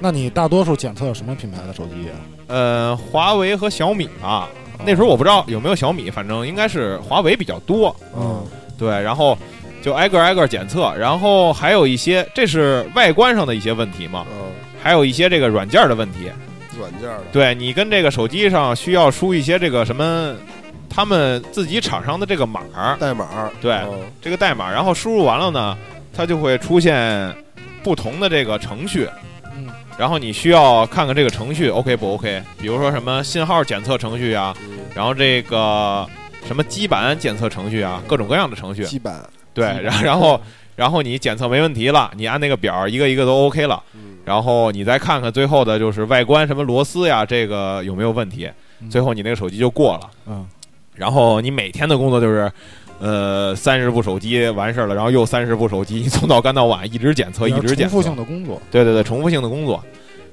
A: 那你大多数检测什么品牌的手机啊？
C: 呃，华为和小米
A: 哦
C: 啊，那时候我不知道有没有小米，反正应该是华为比较多。
D: 嗯，
C: 对，然后就挨个挨个检测，然后还有一些这是外观上的一些问题嘛，
D: 嗯，
C: 还有一些这个软件的问题。
D: 软件的，
C: 对你跟这个手机上需要输一些这个什么，他们自己厂商的这个码儿，
D: 代码，
C: 对
D: 嗯
C: 这个代码，然后输入完了呢，它就会出现不同的这个程序。
A: 嗯，
C: 然后你需要看看这个程序 OK 不 OK，比如说什么信号检测程序啊，
D: 嗯
C: 然后这个什么基板检测程序啊，各种各样的程序
D: 嗯，。基板，
C: 对，然然后然后你检测没问题了，你按那个表儿一个一个都 OK 了，
D: 嗯
C: 然后你再看看最后的就是外观什么螺丝呀，这个有没有问题
A: 嗯，
C: 最后你那个手机就过了。
A: 嗯，
C: 然后你每天的工作就是。呃，三十部手机完事儿了，然后又三十部手机，你从早干到晚，一直检测，一直
A: 重
C: 检测
A: 复，性的工作，
C: 对对对，重复性的工作。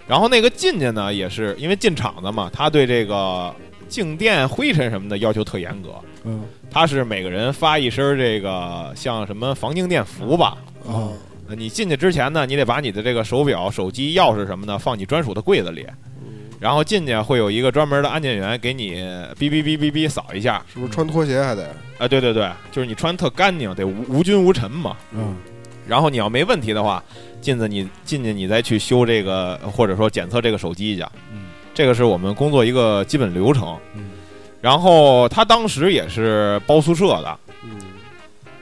C: 然后那个进去呢，也是因为进厂的嘛，他对这个静电、灰尘什么的要求特严格。
A: 嗯
C: 他是每个人发一身儿这个像什么防静电服吧。
A: 啊，
C: 呃你进去之前呢，你得把你的这个手表、手机、钥匙什么的放你专属的柜子里，
A: 嗯
C: 然后进去会有一个专门的安检员给你哔哔哔哔哔扫一下。啊、
D: 是不是穿拖鞋还得？
C: 对对对，就是你穿特干净，得无无菌无尘嘛。
A: 嗯
C: 然后你要没问题的话，进去你进去你再去修这个或者说检测这个手机去，
A: 嗯
C: 这个是我们工作一个基本流程。
A: 嗯
C: 然后他当时也是包宿舍的，
D: 嗯，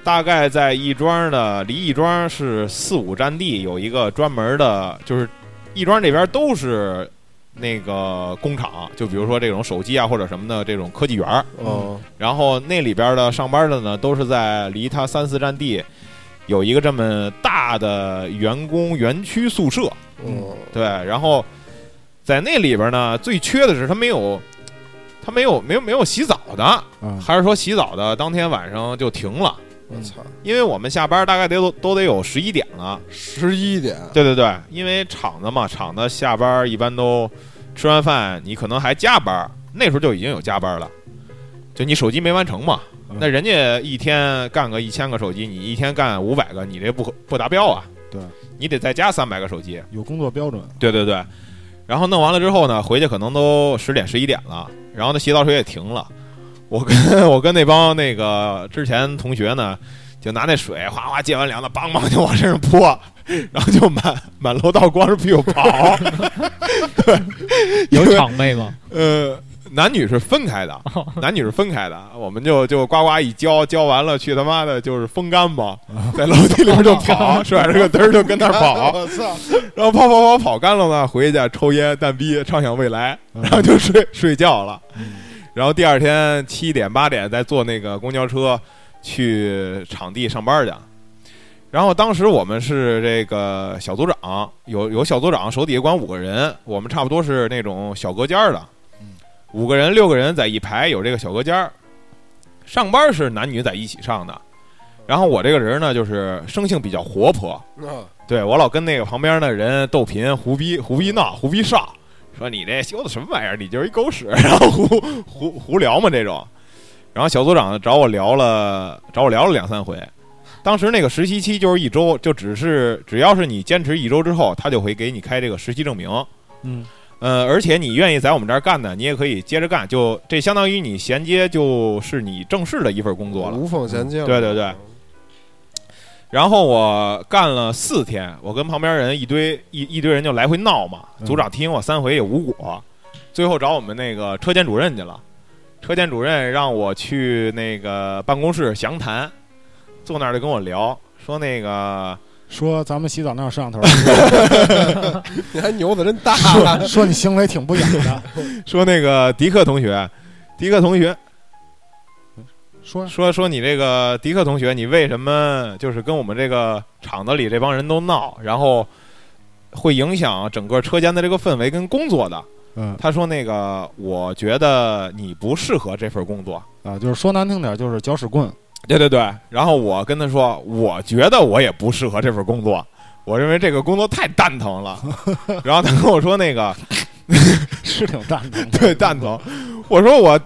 C: 大概在亦庄的离亦庄是四五站地有一个专门的，就是亦庄这边都是那个工厂，就比如说这种手机啊或者什么的这种科技园儿。
D: 哦，
C: 然后那里边的上班的呢，都是在离他三四站地有一个这么大的员工园区宿舍，
D: 哦，
C: 对，然后在那里边呢，最缺的是他没有，他没有没有没有洗澡的，
A: 啊，
C: 还是说洗澡的当天晚上就停了，
D: 我操，
C: 因为我们下班大概得都都得有十一点了，
D: 十一点，
C: 对对对，因为厂子嘛，厂子下班一般都吃完饭，你可能还加班，那时候就已经有加班了，就你手机没完成嘛
A: 嗯。
C: 那人家一天干个一千个手机，你一天干五百个，你这不合不达标啊？
A: 对，
C: 你得再加三百个手机。
A: 有工作标准，
C: 对对对，然后弄完了之后呢，回去可能都十点十一点了，然后那洗澡水也停了。我跟 我跟那帮那个之前同学呢，就拿那水哗哗接完凉的，梆梆就往身上泼，然后就满满楼道光着屁股跑。
B: 有厂妹吗？
C: 呃，男女是分开的，男女是分开的，我们就就呱呱一浇，浇完了去他妈的就是风干吧，在楼梯里面就跑，甩着个嘚儿就跟那儿跑。
D: 我操，
C: 然后跑跑跑跑干了呢，回去抽烟蛋逼，畅想未来，
A: 嗯
C: 然后就睡睡觉了。然后第二天七点八点再坐那个公交车去场地上班去。然后当时我们是这个小组长，有有小组长手底下管五个人，我们差不多是那种小隔间儿的
A: 嗯，
C: 五个人六个人在一排有这个小隔间儿。上班是男女在一起上的，然后我这个人呢就是生性比较活泼，
D: 那
C: 对我老跟那个旁边的人斗贫、胡逼、胡逼闹、胡逼上，说你这修的什么玩意儿，你就是一狗屎， 然后胡胡胡聊嘛这种。然后小组长找我聊了，找我聊了两三回。当时那个实习期就是一周，就只是只要是你坚持一周之后，他就会给你开这个实习证明。
A: 嗯，
C: 呃，而且你愿意在我们这儿干的，你也可以接着干，就这相当于你衔接就是你正式的一份工作了。嗯
D: 无缝衔接了。嗯
C: 对对对然后我干了四天，我跟旁边人一堆一一堆人就来回闹嘛，
A: 嗯
C: 组长提醒我三回也无果，最后找我们那个车间主任去了，车间主任让我去那个办公室详谈，坐那儿就跟我聊，说那个
A: 说咱们洗澡哪有摄像头？
D: 你还牛的真 大，
A: 说说你行为挺不雅的。
C: 说那个迪克同学，迪克同学
A: 说呀
C: 说说你这个迪克同学，你为什么就是跟我们这个厂子里这帮人都闹，然后会影响整个车间的这个氛围跟工作的？
A: 嗯
C: 他说：“那个，我觉得你不适合这份工作。
A: 啊，就是说难听点，就是搅屎棍。”
C: 对对对。然后我跟他说：“我觉得我也不适合这份工作，我认为这个工作太蛋疼 了。”然后他跟我说：“那个，
A: 是挺蛋疼 的。
C: 对蛋疼。”我说：“我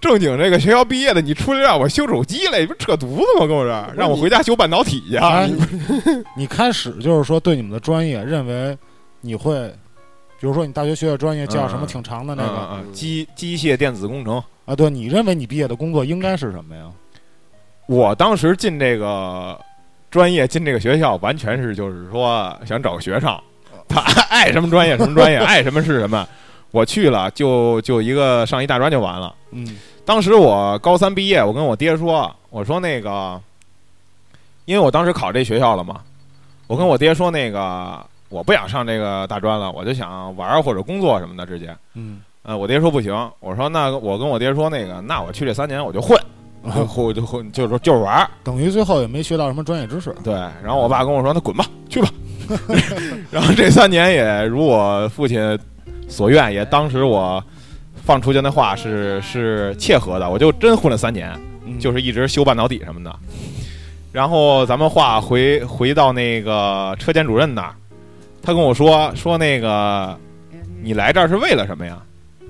C: 正经这个学校毕业的，你出来让我修手机来，你不扯犊子吗？跟我这儿让我回家修半导体去 啊。
A: 哎， 你开始就是说对你们的专业认为你会，比如说你大学学的专业叫什么
C: 嗯
A: 挺长的那
C: 嗯
A: 个
C: 嗯嗯，机机械电子工程。
A: 啊，对你认为你毕业的工作应该是什么呀？
C: 我当时进这个专业，进这个学校，完全是就是说想找个学生，他 爱什么专业什么专业，爱什么是什么。我去了，就就一个上一大专就完了。
A: 嗯
C: 当时我高三毕业，我跟我爹说，我说那个，因为我当时考这学校了嘛，我跟我爹说那个我不想上这个大专了，我就想玩儿或者工作什么的，直接。
A: 嗯，
C: 呃，我爹说不行，我说那我跟我爹说那个，那我去这三年我就混，我就混我就混就是说就是玩儿。
A: 嗯啊等于最后也没学到什么专业知识。
C: 对，然后我爸跟我说：“那滚吧，去吧。” 然后这三年也如我父亲所愿，也当时我放出去那话是是切合的，我就真混了三年，
A: 嗯
C: 就是一直修半导体什么的。然后咱们话回回到那个车间主任那儿，他跟我说说那个你来这儿是为了什么呀？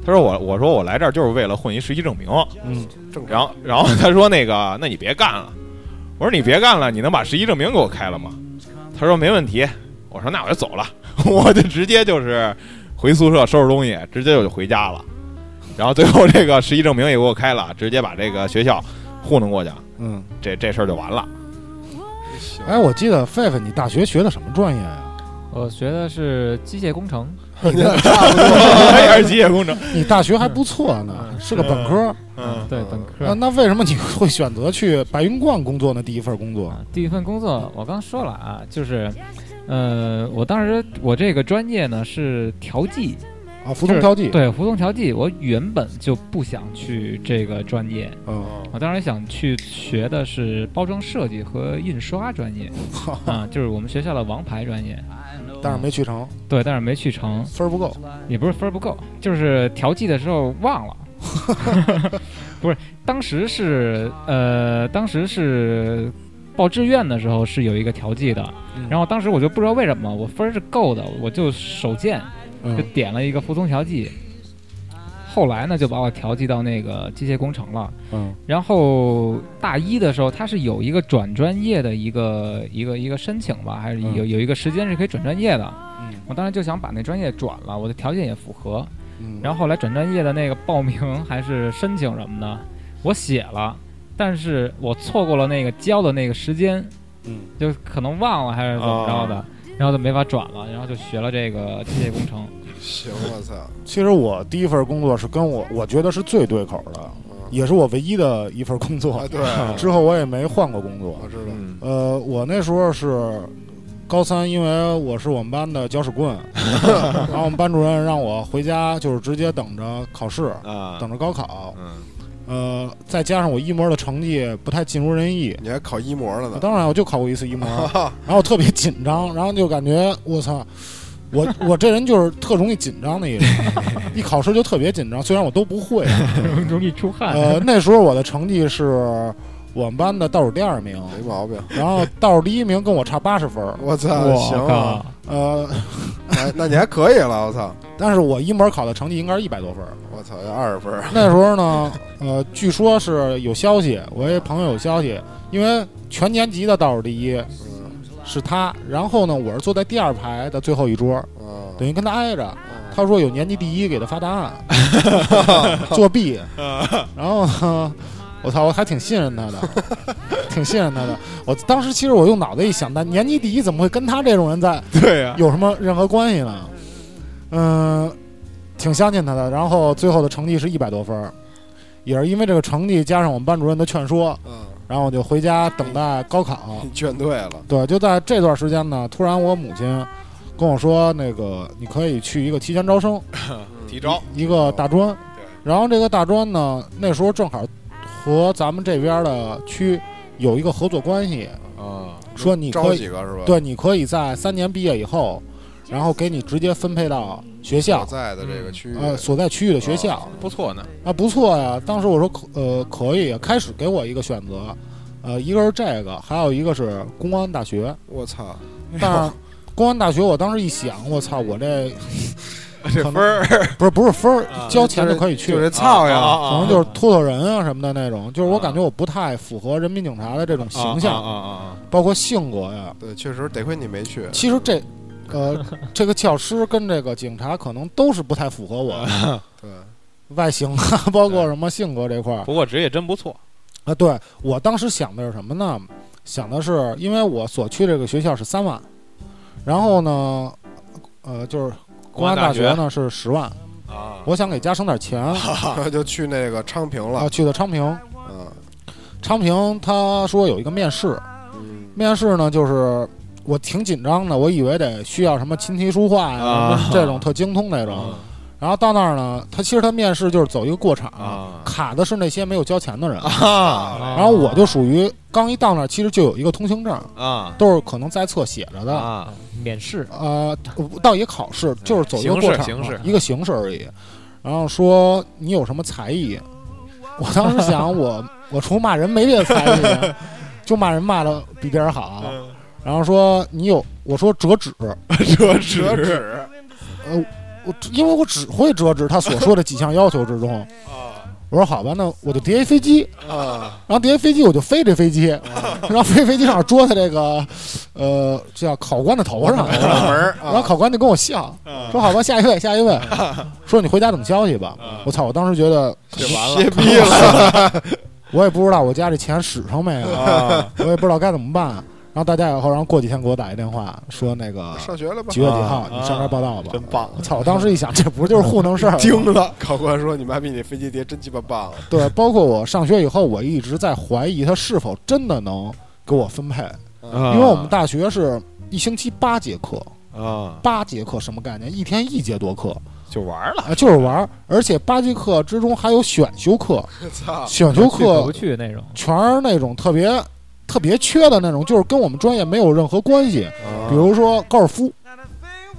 C: 他说我我说我来这儿就是为了混一实习证明。
A: 嗯
D: 正常
C: 然后然后他说那个， 那你别干了。我说你别干了，你能把实习证明给我开了吗？他说没问题。我说那我就走了， 我就直接就是回宿舍收拾东西，直接我就回家了。然后最后这个实习证明也给我开了，直接把这个学校糊弄过去，
A: 嗯。
C: 这这事儿就完了。
D: 行
A: 哎，我记得狒狒，你大学学的什么专业呀？
B: 我学的是机械工程，
C: 还是机械工程，
A: 你大学还不错呢，
B: 嗯
A: 是个本科。
C: 嗯，
B: 啊对本
A: 那
B: 科。
A: 那为什么你会选择去白云观工作呢？第一份工作？
B: 啊，第一份工作我刚说了啊，就是，呃，我当时我这个专业呢是调剂，
A: 啊，服从调剂。
B: 对，服从调剂。我原本就不想去这个专业，
A: 嗯，
B: 我当时想去学的是包装设计和印刷专业啊，就是我们学校的王牌专业。
A: 但是没去成，
B: 对，但是没去成，
A: 分儿不够。
B: 也不是分儿不够，就是调剂的时候忘了。不是，当时是呃，当时是报志愿的时候是有一个调剂的，
A: 嗯
B: 然后当时我就不知道为什么我分儿是够的，我就手贱就
A: 嗯
B: 点了一个服从调剂。后来呢，就把我调剂到那个机械工程了。
A: 嗯
B: 然后大一的时候，它是有一个转专业的一个一个一个申请吧，还是有有一个时间是可以转专业的。
A: 嗯
B: 我当时就想把那专业转了，我的条件也符合。
A: 嗯。
B: 然后后来转专业的那个报名还是申请什么的，我写了，但是我错过了那个交的那个时间，
A: 嗯，哦
B: 就可能忘了还是怎么着的，然后就没法转了，然后就学了这个机械工程。
D: 行，我 操，
A: 其实我第一份工作是跟我我觉得是最对口的，
D: 嗯
A: 也是我唯一的一份工作
D: 啊。 对，
A: 之后我也没换过工作
D: 我。知道，
C: 嗯，
A: 呃，我那时候是高三，因为我是我们班的搅屎棍，然后我们班主任让我回家，就是直接等着考试，
C: 啊，
A: 等着高考。
C: 嗯，
A: 呃，再加上我一模的成绩不太尽如人意，
D: 你还考一模了呢，
A: 当然我就考过一次一模，然后特别紧张，然后就感觉我操，我我这人就是特容易紧张的一人，一考试就特别紧张，虽然我都不会啊。
B: 容易出汗。
A: 呃，那时候我的成绩是我们班的倒数第二名，
D: 没毛病，
A: 然后倒数第一名跟我差八十分儿，
D: 我操，
B: 我
D: 行啊，
B: 靠！
A: 呃，
D: 哎那你还可以了，我操，
A: 但是我一门考的成绩应该是一百多分儿。
D: 我操，要二十分儿，
A: 那时候呢，呃，据说是有消息，我一朋友有消息，因为全年级的倒数第一
D: 嗯
A: 是他，然后呢，我是坐在第二排的最后一桌，
D: 嗯，
A: 等于跟他挨着。
D: 嗯，
A: 他说有年级第一给他发答案，作弊。然后呢，我操，我还挺信任他的，挺信任他的。我当时其实我用脑子一想，那年级第一怎么会跟他这种人在
C: 对呀、
A: 有什么任何关系呢？嗯，挺相信他的。然后最后的成绩是一百多分儿，也是因为这个成绩加上我们班主任的劝说，
D: 嗯，
A: 然后我就回家等待高考。
D: 你卷对了，
A: 对，就在这段时间呢，突然我母亲跟我说，那个你可以去一个提前招生，
D: 嗯
C: 提招
A: 一个大
D: 哦
A: 专
C: 对。
A: 然后这个大专呢，那时候正好和咱们这边的区有一个合作关系，
C: 啊，
A: 说你可
D: 招
A: 以
D: 几个是吧？，
A: 对，你可以在三年毕业以后，然后给你直接分配到学
D: 所
A: 校，
D: 在的这个区域，
C: 嗯
A: 呃，所在区域的学校。
C: 不错呢。
A: 啊，不错呀！当时我说可呃可以，开始给我一个选择，呃，一个是这个，还有一个是公安大 学。
D: 我操，
A: 但是公安大学，我当时一想，我操，我这
C: 这分儿
A: 不是不是分
C: 啊
A: 儿，交钱就可以去
D: 就，这
C: 啊
D: 操
C: 啊
D: 呀，
C: 啊
A: 可
C: 啊
A: 能就是拖拖人啊什么的那种。就是我
C: 啊
A: 感觉我不太符合人民警察的这种形
C: 啊啊
A: 象，
C: 啊啊！
A: 包括性格呀。
D: 对，确实得亏你没去，
A: 其实这， 呃，这个教师跟这个警察可能都是不太符合我
D: 对，
A: 外形 啊，包括什么性格这块儿
C: 不过职业真不错，
A: 啊。对我当时想的是什么呢？想的是，因为我所去这个学校是三万，然后呢，呃，就是公安大学呢是十万，
C: 啊，
A: 我想给家省点钱，
D: 然后就去那个昌平
A: 啊，
D: 了，
A: 去的昌平。
D: 嗯
A: 昌平他说有一个面试，
D: 嗯，
A: 面试呢就是我挺紧张的，我以为得需要什么琴棋书画呀、
C: 啊
A: 什么这种特精通那种。
C: 啊
A: 然后到那儿呢，他其实他面试就是走一个过场，
C: 啊
A: 卡的是那些没有交钱的人。
C: 啊
A: 然后我就属于刚一到那儿，其实就有一个通行证，
C: 啊
A: 都是可能在册写着的。
C: 啊
B: 免试，
A: 呃，倒也考试，就是走一个过场
C: 形
A: 嘛
C: 式形式
A: 一个形式而已。然后说你有什么才艺？我当时 想我，我除骂人没别的才艺，啊就骂人骂的比别人好。
C: 嗯
A: 然后说你有，我说折纸，
C: 折
D: 折
C: 纸
D: 纸，
A: 我因为我只会折纸，他所说的几项要求之中，
C: 啊
A: 我说好吧，那我就叠一飞机，
D: 啊，
A: 然后叠一飞机我就飞这飞机，
C: 啊
A: 然后飞飞机上捉在这个，呃，叫考官的头 上，
D: 门儿
A: 然后
D: 啊，
A: 考官就跟我笑，
C: 啊
A: 说好吧，下一位，下一位，说你回家等消息吧。
C: 啊
A: 我操！我当时觉得
C: 这完
D: 歇
C: 了
D: 逼了，
A: 我也不知道我家这钱使上没有，
C: 啊
A: 我也不知道该怎么办。然后大家以后，然后过几天给我打一电话，说那个
D: 上学了吧
A: 几？月几号
C: 啊
A: 你上这儿报道吧。
C: 真棒
A: 我操！我当时一想，这不就是糊弄事儿吗？
D: 惊了，考官说你妈逼你飞机碟真鸡巴棒，
A: 对，包括我上学以后，我一直在怀疑他是否真的能给我分配，
C: 啊
A: 因为我们大学是一星期八节课，
C: 啊
A: 八节课什么概念？一天一节多课
C: 就玩了
A: 啊，就是玩儿，而且八节课之中还有选修课，
C: 啊
D: 操，
A: 选修
B: 去可
A: 课
B: 不去那种。
A: 全是那种特别特别缺的那种，就是跟我们专业没有任何关系。
D: 啊
A: 比如说高尔夫、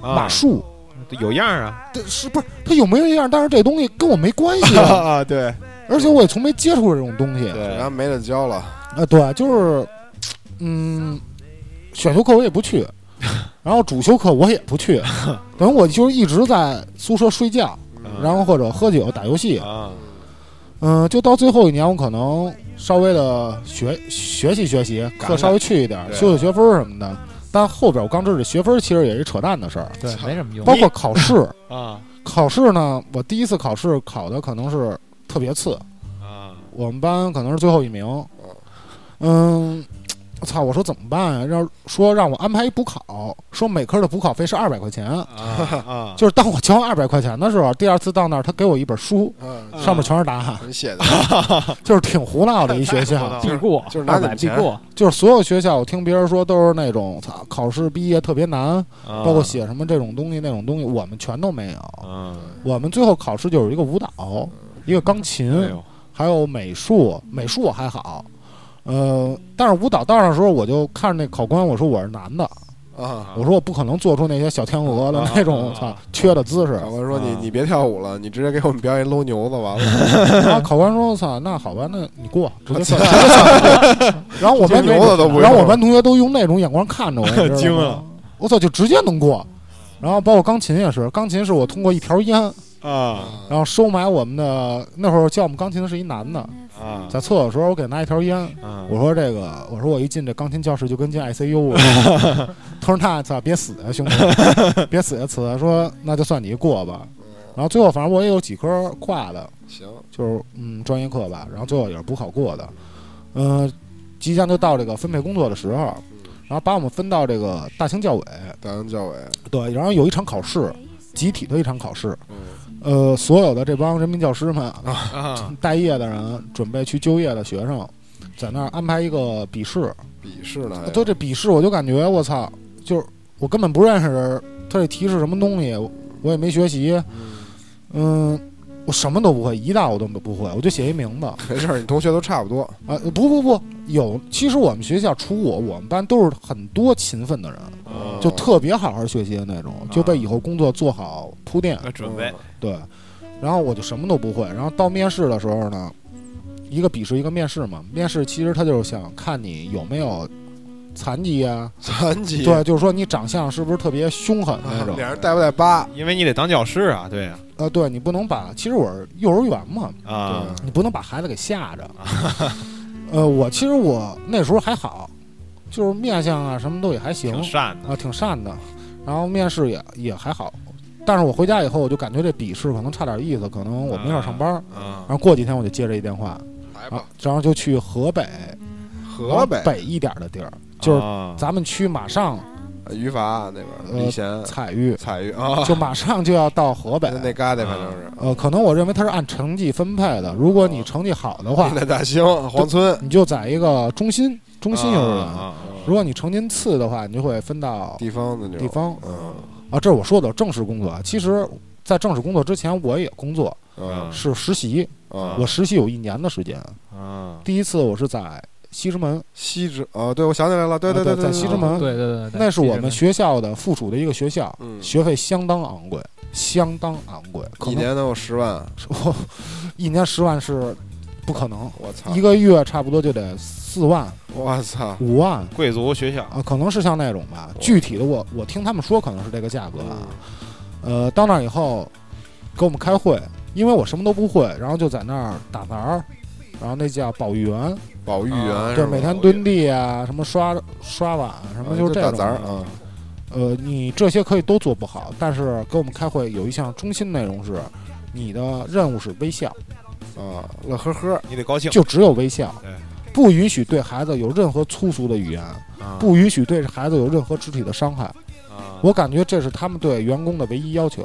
C: 啊
A: 马术，
C: 有样儿啊
A: 这是不是它有没有一样？但是这东西跟我没关系 啊，
C: 啊对
A: 而且我也从没接触过这种东西。
D: 然
C: 对啊
D: 后没得教了，
A: 啊，对，就是，嗯，选修课我也不 去，然后主修课我也不去，等于我就是一直在宿舍睡觉，
C: 嗯
A: 然后或者喝酒、打游戏。
C: 啊
A: 嗯，就到最后一年，我可能稍微的学学习学习，
D: 赶
A: 课稍微去一点，
D: 对
A: 修修学分儿什么的。但后边我刚知道这学分儿其实也是扯淡的事儿，
B: 对，没什么用。
A: 包括考试。
C: 啊
A: 考试呢，我第一次考试考的可能是特别次，
C: 啊
A: 我们班可能是最后一名。嗯，我操！我说怎么办呀、让说让我安排一补考，说每科的补考费是二百块钱。
C: 啊
A: 就是当我交完二百块钱的时候，第二次到那儿，他给我一本书，
D: 嗯，
A: 上面全是答案，
D: 你写的，
A: 就是挺胡闹的一学校。
B: 必过，
D: 就是拿
B: 二
D: 你
B: 百必
D: 钱
B: 过，
A: 就是所有学校，我听别人说都是那种操考试毕业特别难，
C: 啊
A: 包括写什么这种东西那种东西，我们全都没有。
C: 啊
A: 我们最后考试就有一个舞蹈，一个钢琴，
C: 哎呦
A: 还有美术，美术我还好，呃，但是舞蹈到的时候，我就看那考官，我说我是男的，
D: 啊。
A: 我说我不可能做出那些小天鹅的那种
C: 啊
A: 操缺的姿势。
D: 考官说你
C: 啊
D: 你别跳舞了，你直接给我们表演搂牛子完 了，
A: 然啊后考官说：“操，那好吧，那你过，直接算。直接算” 然后我们
D: 啊 牛子都不
A: 然后我
D: 用
A: 班同学都用那种眼光看着我，你知道吗
C: 惊了。
A: 我操，就直接能过。然后包括钢琴也是，钢琴是我通过一条烟，
C: 啊
A: 然后收买我们的那会儿教我们钢琴的是一男的，
C: 啊
A: 在厕所的时候我给拿一条烟，
C: 啊！
A: 我说这个，我说我一进这钢琴教室就跟进 ICU 了。 他说那操别死啊兄弟，别死啊此说那就算你过吧。然后最后反正我也有几科挂的，
D: 行，
A: 就是嗯专业课吧，然后最后也是补考过的。嗯、即将就到这个分配工作的时候，然后把我们分到这个大兴教委，
D: 大洋教委，
A: 对，然后有一场考试，集体的一场考试，
D: 嗯，
A: 呃，所有的这帮人民教师们
C: 啊
A: 待业的人，准备去就业的学生，在那儿安排一个笔试。
D: 笔试呢？还有
A: 对这笔试，我就感觉我操，就是我根本不认识他这题是什么东西，我我也没学习，嗯，我什么都不会，一大我都不会，我就写一名字啊、
D: 没事儿，你同学都差不多。
A: 呃不不不，有，其实我们学校除我，我们班都是很多勤奋的人，
C: 啊
A: 嗯
D: 哦
A: 就
D: 嗯
A: 特别好好学习的那种，就被以后工作做好铺垫。
C: 要准备
A: 对，然后我就什么都不会。然后到面试的时候呢，一个笔试一个面试嘛。面试其实他就是想看你有没有残疾啊，
D: 残疾，
A: 对，就是说你长相是不是特别凶狠那种。
D: 脸上带不带疤？
C: 因为你得当教师啊，对啊
A: 呃，对你不能把，其实我是幼儿园嘛，
C: 啊
A: 你不能把孩子给吓着。 呃，我其实我那时候还好，就是面相啊什么都也还行
C: 挺善的
A: 啊，挺善的。然后面试也也还好，但是我回家以后我就感觉这笔试可能差点意思，可能我没法上班。
C: 啊
A: 然后过几天我就接着一电话，
D: 来
A: 啊，，然后就去河北，
D: 河北
A: 往北一点的地儿，就是
C: 啊
A: 咱们区马上
D: 于法那边儿，
A: 呃
D: 礼贤、
A: 采育，
D: 彩玉啊，
A: 就马上就要到河北
D: 那。那旮瘩反正是。
A: 呃，可能我认为它是按成绩分配的，如果你成绩好的话，
D: 那大兴、黄村，
A: 你就在一个中心中心幼儿
C: 啊啊
A: 园；
C: 啊
A: 如果你成绩次的话，你就会分到
D: 地方的那种
A: 地方。
D: 嗯
A: 啊，这是我说的正式工作啊。其实，在正式工作之前，我也工作，
D: 嗯
A: 是实习。
D: 嗯，
A: 我实习有一年的时间，
C: 啊
A: 第一次我是在西直门，
D: 西直哦，对，我想起来了，对对
A: 啊
D: 对，
A: 在
D: 对
A: 西直门
B: 啊对对对对，
A: 那是我们
B: 西
A: 学校的附属的一个学校，
D: 嗯
A: 学费相当昂贵，相当昂贵，可
D: 一
A: 能
D: 年能有十万，
A: 我一年十万是不可能，
D: 我操
A: 一，个月差不多就得四万、
D: 我操，
A: 五万
C: 贵族学校
A: 啊，可能是像那种吧。具体的我我听他们说可能是这个价格啊。呃，到那儿以后给我们开会，因为我什么都不会，然后就在那儿打杂儿。然后那叫保育员，
D: 保育员
A: 对，每天蹲地啊，什么刷刷碗，啊什么就是
D: 这
A: 这
D: 打
A: 种
D: 杂儿啊，
A: 呃，你这些可以都做不好，但是跟我们开会有一项中心内容是，你的任务是微笑，
D: 啊，乐呵呵，
C: 你得高兴
A: 就只有微笑
C: 对，
A: 不允许对孩子有任何粗俗的语言，
C: 啊
A: 不允许对孩子有任何肢体的伤害。
C: 啊
A: 我感觉这是他们对员工的唯一要 求。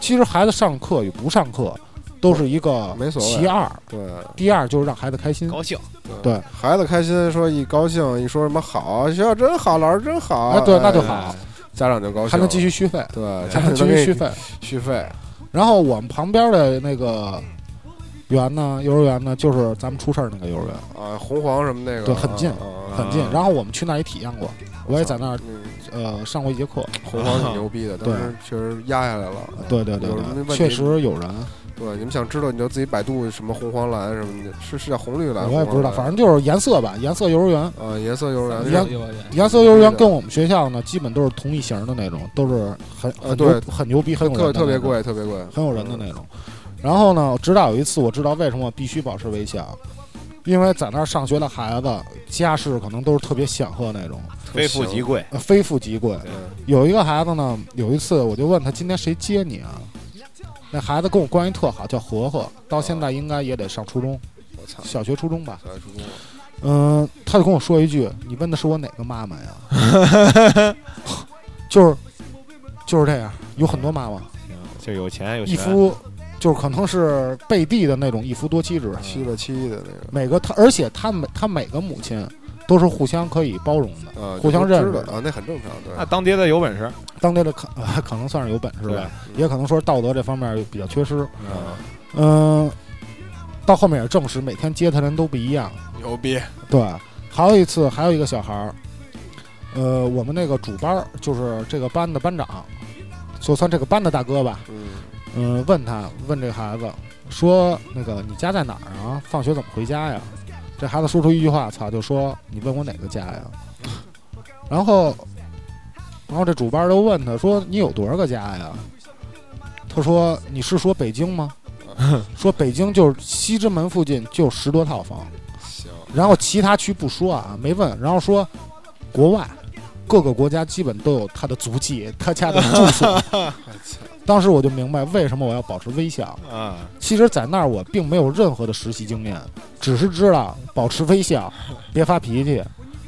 A: 其实孩子上课与不上课，都是一个
D: 没所谓
A: 其二，
D: 对
A: 第二就是让孩子开心。
C: 高兴
A: 对
D: 孩子开心，说一高兴一说什么好，啊学校真好，老师真好，
A: 哎，对，那就
D: 哎
A: 好，
D: 家长就高兴，
A: 还能继续续 费，
D: 对，
A: 还能继
D: 能
A: 续
D: 给你
A: 续费。
D: 续费，
A: 然后我们旁边的那个园呢，幼儿园呢，就是咱们出事儿那个幼儿园，
D: 啊，红黄什么那个，
A: 对很近
D: 啊啊啊
A: 很近。然后我们去那儿也体验过，我也在那儿
D: 嗯
A: 呃上过一节课。
D: 红黄挺 牛逼的，当时确实压下来了。
A: 啊对对对
D: 嗯有什么问
A: 对，
D: 题
A: 确实有人，
D: 对，你们想知道你就自己百度什么红黄蓝什么的，是是叫红绿蓝？
A: 我也不知道，
D: 红黄
A: 反
D: 蓝
A: 正就是颜色吧，颜色幼儿园。
D: 啊，颜色幼儿
B: 直
D: 园
B: 门
A: 园
B: 幼儿园
A: 颜色幼儿园跟我们学校呢，基本都是同一型的那种，都是很
D: 呃
A: 很
D: 对
A: 牛很牛逼，很有人的
D: 特特别
A: 那种，
D: 贵，特别贵，嗯
A: 很有人的那种。然后呢，直到有一次我知道为什么我必须保持微笑，因为在那儿上学的孩子家世可能都是特别显赫那种，
C: 非富即贵
A: 呃非富即贵。
C: 对
A: 有一个孩子呢，有一次我就问他今天谁接你啊？那孩子跟我关系特好，叫和和，到现在应该也得上初中，
D: 我操！
A: 小学初中吧。
D: 小学初中啊了，
A: 嗯、他就跟我说一句：“你问的是我哪个妈妈呀？” 就是就是这样，有很多妈妈，
C: 就有钱有
A: 一
C: 权
A: 夫就是可能是背地的那种一夫多妻制。
D: 七了七的那个，
A: 每个他，而且他每他每个母亲都是互相可以包容的，
D: 啊，
A: 互相认识
D: 就知道啊，那很正常，对
C: 那。当爹的有本事
A: 当地的可、 呃可能算是有本事
C: 对
A: 吧，也可能说道德这方面比较缺失。
D: 啊，
A: 嗯，到后面也证实，每天接他人都不一样。
D: 牛逼！
A: 对，还有一次，还有一个小孩儿，呃，我们那个主班儿就是这个班的班长，就算这个班的大哥吧，
D: 嗯，
A: 嗯、问他问这个孩子说，那个你家在哪儿啊？放学怎么回家呀？这孩子说出一句话，操，就说你问我哪个家呀？然后然后这主班就问他说：“你有多少个家呀？”他说：“你是说北京吗？” 说北京就是西直门附近就十多套房，
D: 行，
A: 然后其他区不说啊，没问，然后说国外各个国家基本都有他的足迹，他家的住所。
D: 我操，
A: 当时我就明白为什么我要保持微笑。
C: 啊，
A: 其实，在那儿我并没有任何的实习经验，只是知道保持微笑，别发脾气。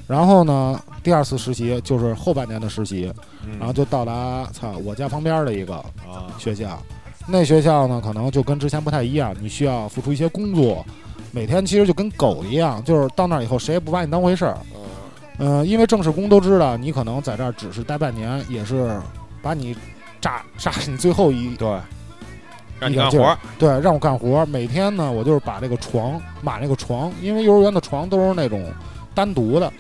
A: 然后呢，第二次实习就是后半年的实习，
C: 嗯
A: 然后就到达操我家旁边的一个
C: 啊，
A: 学校。那学校呢，可能就跟之前不太一样，你需要付出一些工作，每天其实就跟狗一样，就是到那儿以后谁也不把你当回事儿。
D: 嗯，
A: 嗯、因为正式工都知道，你可能在这儿只是待半年，也是把你炸炸你最后一
C: 对，让你
A: 一点
C: 干
A: 劲
C: 活
A: 儿
C: 儿，
A: 对，让我干活儿。每天呢，我就是把这个床买那个床，因为幼儿园的床都是那种单独的、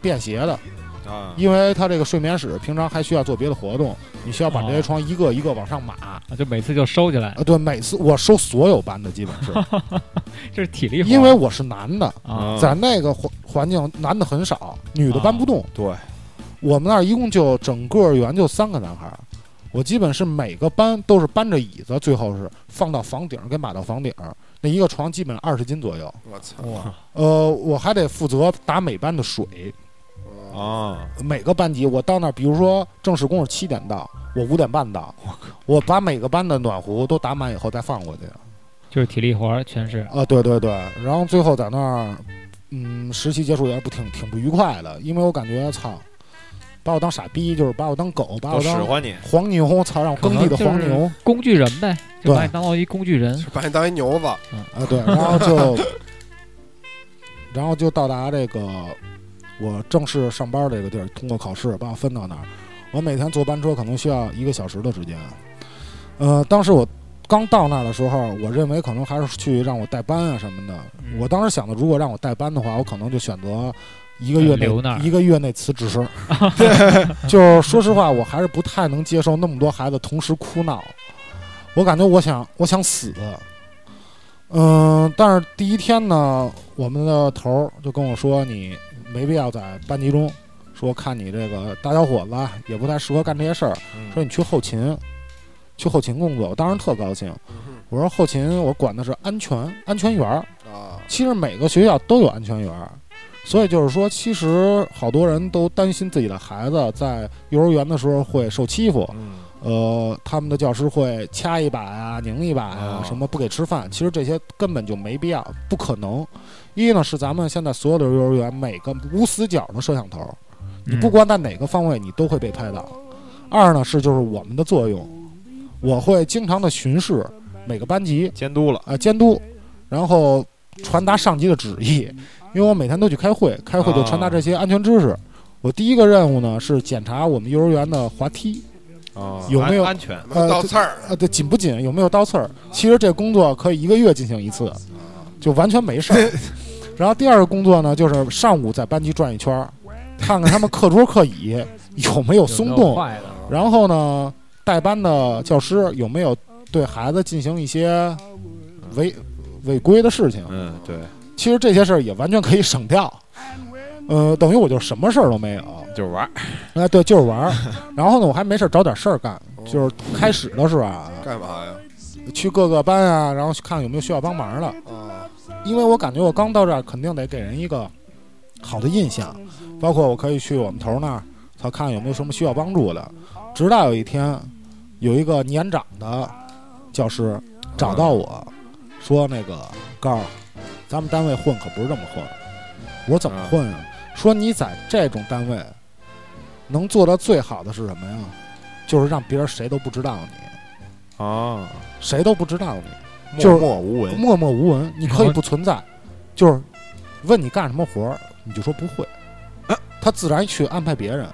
A: 便携的，
C: 啊，
A: 因为它这个睡眠室平常还需要做别的活动，你需要把这些
E: 哦
A: 床一个一个往上码。
E: 啊，就每次就收起来，
A: 啊，对，每次我收所有班的基本是，
E: 这是体力活。
A: 因为我是男的，
C: 嗯
E: 啊，
A: 嗯在那个环环境男的很少，女的搬不动。
C: 对，
A: 我们那儿一共就整个园就三个男孩儿，我基本是每个班都是搬着椅子，最后是放到房顶儿给码到房顶儿，那一个床基本二十斤左右。
D: 我操，
E: 哇，
A: 呃，我还得负责打每班的水，
D: 嗯
C: 啊，
A: 每个班级我到那儿，比如说正式工是七点到，我五点半到，我把每个班的暖壶都打满以后再放过去。
E: 就是体力活儿，全是。
A: 啊，对对对，然后最后在那儿，嗯，实习结束也不挺挺不愉快的，因为我感觉操，把我当傻逼，就是把我当狗，把
C: 都
A: 我
C: 使
A: 当
C: 唤你，
A: 黄牛，操，让我耕地的黄
E: 可能
A: 牛
E: 工具人呗，就把
A: 对
E: 你当做一工具人
D: 就把你当一牛子，
A: 啊，对，然后就，然后就到达这个我正式上班这个地儿，通过考试把我分到那儿，我每天坐班车可能需要一个小时的时间，啊呃，当时我。刚到那儿的时候，我认为可能还是去让我带班啊什么的，
E: 嗯
A: 我当时想的，如果让我带班的话，我可能就选择一个月内
E: 呃留那儿
A: 一个月内辞 职。就是说实话，我还是不太能接受那么多孩子同时哭闹，我感觉我想我想死。嗯、但是第一天呢，我们的头儿就跟我说，你没必要在班级中。说看你这个大小伙子啊也不太适合干这些事儿，
C: 嗯
A: 说你去后勤，去后勤工作。我当时特高兴，我说后勤我管的是安全安全员儿，
D: 啊，
A: 其实每个学校都有安全员儿，所以就是说，其实好多人都担心自己的孩子在幼儿园的时候会受欺负，
C: 嗯，
A: 呃，他们的教师会掐一把呀、拧一把呀
C: 啊，
A: 什么不给吃饭，其实这些根本就没必要，不可能。一呢是咱们现在所有的幼儿园每个无死角的摄像头，你
E: 嗯
A: 不管在哪个方位，你都会被拍到。二呢是就是我们的作用，我会经常的巡视每个班级，
C: 监督了，
A: 啊监督，然后传达上级的旨意。因为我每天都去开会，开会就传达这些安全知识。我第一个任务呢是检查我们幼儿园的滑梯
C: 啊，
A: 有没有
C: 安安全？
D: 能倒刺儿，
A: 啊，对，紧不紧，有没有倒刺儿。其实这工作可以一个月进行一次，就完全没事 儿。然后第二个工作呢，就是上午在班级转一圈儿，看看他们课桌课椅有没有松动，啊
B: 坏的，
A: 然后呢，带班的教师有没有对孩子进行一些违违规的事情？
C: 嗯，对，
A: 其实这些事儿也完全可以省掉。呃，等于我就什么事儿都没有，
C: 就是玩儿，
A: 哎，对，就是玩儿。然后呢，我还没事儿找点事儿干，呃就是开始的时候啊，
D: 哦干嘛呀？
A: 去各个班啊，然后去看有没有需要帮忙的。
D: 啊，
A: 因为我感觉我刚到这儿，肯定得给人一个好的印象，包括我可以去我们头儿那儿，他看有没有什么需要帮助的。直到有一天，有一个年长的教师找到我说：“那个高儿，咱们单位混可不是这么混。”我说：“怎么混啊？”说：“你在这种单位能做到最好的是什么呀？就是让别人谁都不知道你，
C: 啊，
A: 谁都不知道你。”就
C: 默
A: 是
C: 默无闻，
A: 默默无闻，你可以不存在，就是问你干什么活儿，你就说不会，他自然去安排别人，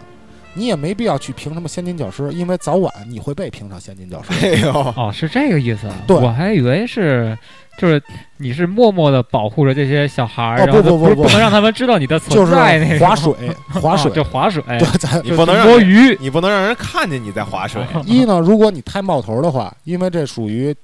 A: 你也没必要去评什么先进教师，因为早晚你会被评上先进教师。
C: 哎呦，
E: 哦，是这个意思啊。
A: 对
E: 我还以为是就是你是默默的保护着这些小孩儿，
A: 哦
E: 然后
A: 不
E: 就
A: 不
E: 不是
A: 不
E: 不
A: 不
E: 能让他们知道你的 存
A: 就是
E: 在那种。
A: 划水， 划水
E: 哦，就划水，
A: 对，咱
C: 你不能让
E: 摸
C: 人
E: 鱼。
C: 你不能让人看见你在划水，
A: 一呢，如果你太冒头的话，因为这属于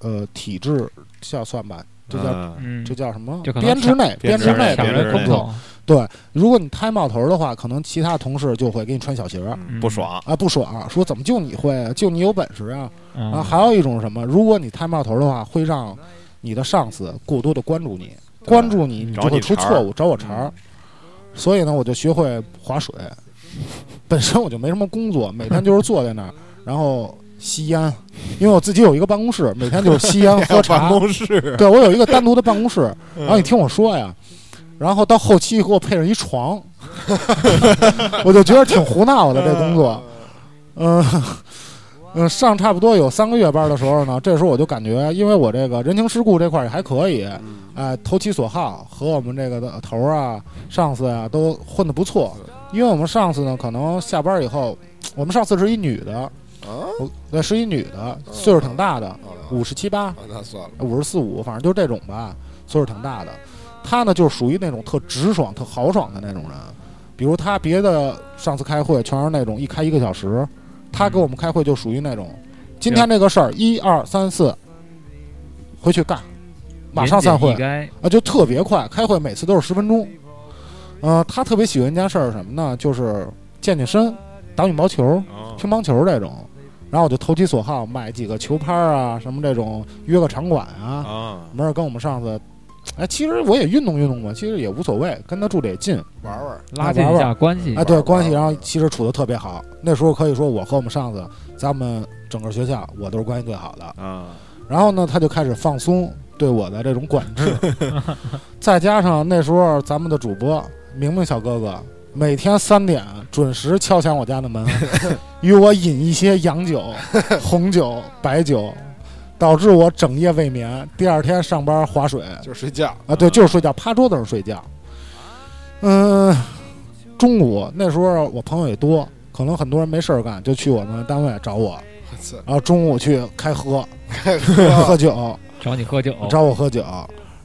A: 呃体制，这叫算吧，这叫
C: 嗯
E: 嗯，
A: 这叫什么
E: 就？可能
A: 编制内，
C: 编
A: 编
C: 制
A: 制
C: 内
A: 内
E: 抢
A: 的
C: 编制
E: 着
A: 工
E: 空
A: 作，
E: 走。
A: 对，如果你太冒头的话，可能其他同事就会给你穿小鞋儿
E: 嗯
C: 不，爽，
A: 啊，不爽，说怎么就你会啊，就你有本事啊。
B: 嗯
A: 啊，
E: 啊，
A: 还有一种是什么，如果你太冒头的话，会让你的上司过多的关注你，关注你，你
C: 找
A: 就会
C: 你
A: 出
C: 茬儿嗯
A: 错误，找我茬儿。所以呢，我就学会划水。 本身我就没什么工作，每天就是坐在那儿，然后吸烟，因为我自己有一个办公室，每天就是吸 烟喝茶
C: 办。公 室，
A: 对我有一个单独的办公室，然后你听我说呀，然后到后期给我配上一床， 我就觉得挺胡闹的这工作。嗯、 嗯、上差不多有三个月班的时候呢，这时候我就感觉，因为我这个人情世故这块儿也还可以，
D: 嗯
A: 哎，投其所好，和我们这个的头儿啊、上司啊都混得不错。因为我们上司呢，可能下班以后，我们上司是一女的，
D: 啊
A: 我对，是一女的，岁数挺大的，
D: 啊
A: 五十七八，
D: 啊，那算了，
A: 五十四五，反正就是这种吧，岁数挺大的。他呢，就是属于那种特直爽、特豪爽的那种人。比如他别的上次开会全是那种一开一个小时，他给我们开会就属于那种，今天这个事儿一二三四，回去干，马上散会
E: 言简意赅
A: 啊，就特别快。开会每次都是十分钟。呃，他特别喜欢一件事儿是什么呢？就是健健身、打羽毛球、
C: 啊
A: 乒乓球这种。然后我就投其所好，买几个球拍啊，什么这种，约个场馆啊，
C: 啊，
A: 没事儿跟我们上司，哎，其实我也运动运动嘛，其实也无所谓，跟他住的也近，
D: 玩玩，
E: 拉近一下关系
A: 哎，，
B: 啊
A: 对，
D: 玩
A: 关系，
D: 玩
A: 然后其实处的特别好。那时候可以说我和我们上司，咱们整个学校我都是关系最好的。
C: 啊，
A: 然后呢，他就开始放松对我的这种管制，再加上那时候咱们的主播明明小哥哥每天三点准时敲响我家的门，与我饮一些洋酒、红酒、白酒，导致我整夜未眠，第二天上班划水。
D: 就是睡觉，
A: 啊，对，就是睡觉，趴桌子上睡觉。嗯、中午那时候我朋友也多，可能很多人没事儿干，就去我们单位找我，
D: 我操，
A: 然后中午去开喝，
D: 开
A: 喝
D: 喝，
A: 酒，
E: 找你喝酒，
A: 找我喝酒，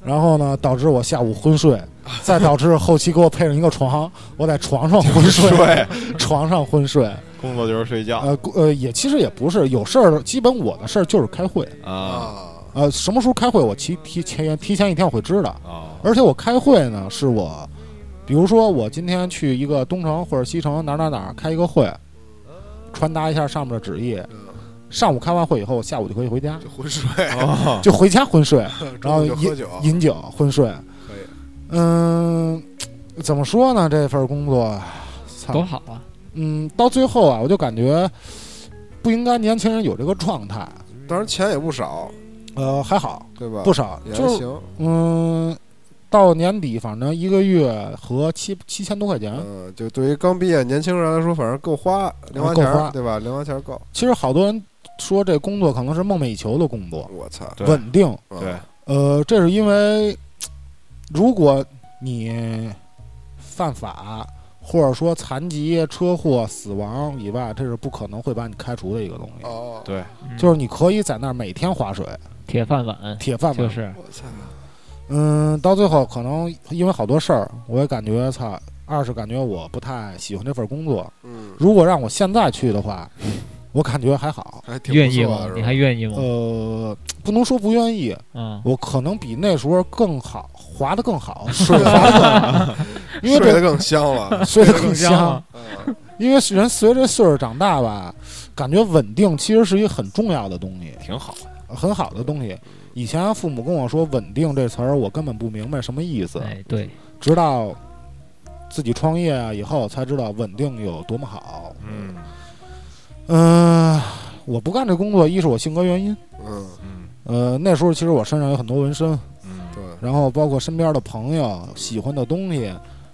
A: 然后呢，导致我下午昏睡，再导致后期给我配上一个床，我在床上昏 睡，
C: 睡，
A: 床上昏睡。
C: 工作就是睡觉
A: 呃呃，也其实也不是有事儿，基本我的事儿就是开会。
C: 啊
D: 啊，
A: 呃，什么时候开会，我提提前提前一天我会知道。
C: 啊，
A: 而且我开会呢，是我，比如说我今天去一个东城或者西城哪儿哪儿哪儿开一个会，传达一下上面的旨意。
D: 嗯
A: 上午开完会以后，下午就可以回家，
D: 就昏睡，
C: 啊
A: 就回家昏睡，然
D: 中
A: 后
D: 午就喝
A: 饮
D: 酒，
A: 饮酒昏睡。
D: 可以，
A: 嗯，怎么说呢？这份工作，操，
E: 多好啊！
A: 嗯，到最后啊，我就感觉不应该年轻人有这个状态。
D: 当然钱也不少，
A: 呃，还好
D: 对吧？
A: 不少，
D: 也还
A: 就是
D: 行，
A: 嗯，到年底反正一个月和七七千多块钱。
D: 嗯，就对于刚毕业年轻人来说，反正够花零花钱
A: 够花
D: 儿，对吧？零花钱儿够，
A: 其实好多人说这工作可能是梦寐以求的工作，
D: 我操，
C: 对
A: 稳定。
D: 嗯
C: 对，
A: 呃，这是因为如果你犯法或者说残疾、车祸、死亡以外，这是不可能会把你开除的一个东西。
D: 哦，
C: 对
E: 嗯
A: 就是你可以在那儿每天划水，
E: 铁饭碗，
A: 铁饭碗。
E: 就是
D: 我操，
A: 嗯，到最后可能因为好多事儿，我也感觉操。二是感觉我不太喜欢这份工作，
D: 嗯，
A: 如果让我现在去的 话，我感觉还好。
D: 还挺
E: 愿
D: 不
E: 意
D: 错啊
E: 吗
D: 的，？
E: 你还愿意吗？
A: 呃，不能说不愿意，
B: 呃
E: 嗯，
A: 我可能比那时候更好，滑得更好，水滑得更好，因为
D: 是吧睡
A: 这
D: 得更香 了，
A: 睡得更
E: 香
A: 香
E: 啊。
D: 嗯
A: 因为人随着岁数长大吧，感觉稳定其实是一个很重要的东西，
C: 挺好，
A: 很好的东西。以前父母跟我说“稳定”这词儿，我根本不明白什么意思，
E: 哎， 对，
A: 直到自己创业以后才知道稳定有多么好。
C: 嗯
A: 嗯、我不干这工作，一是我性格原因。
D: 嗯，
C: 嗯
A: 呃，那时候其实我身上有很多纹身，
C: 嗯，
D: 对，
A: 然后包括身边的朋友喜欢的东西，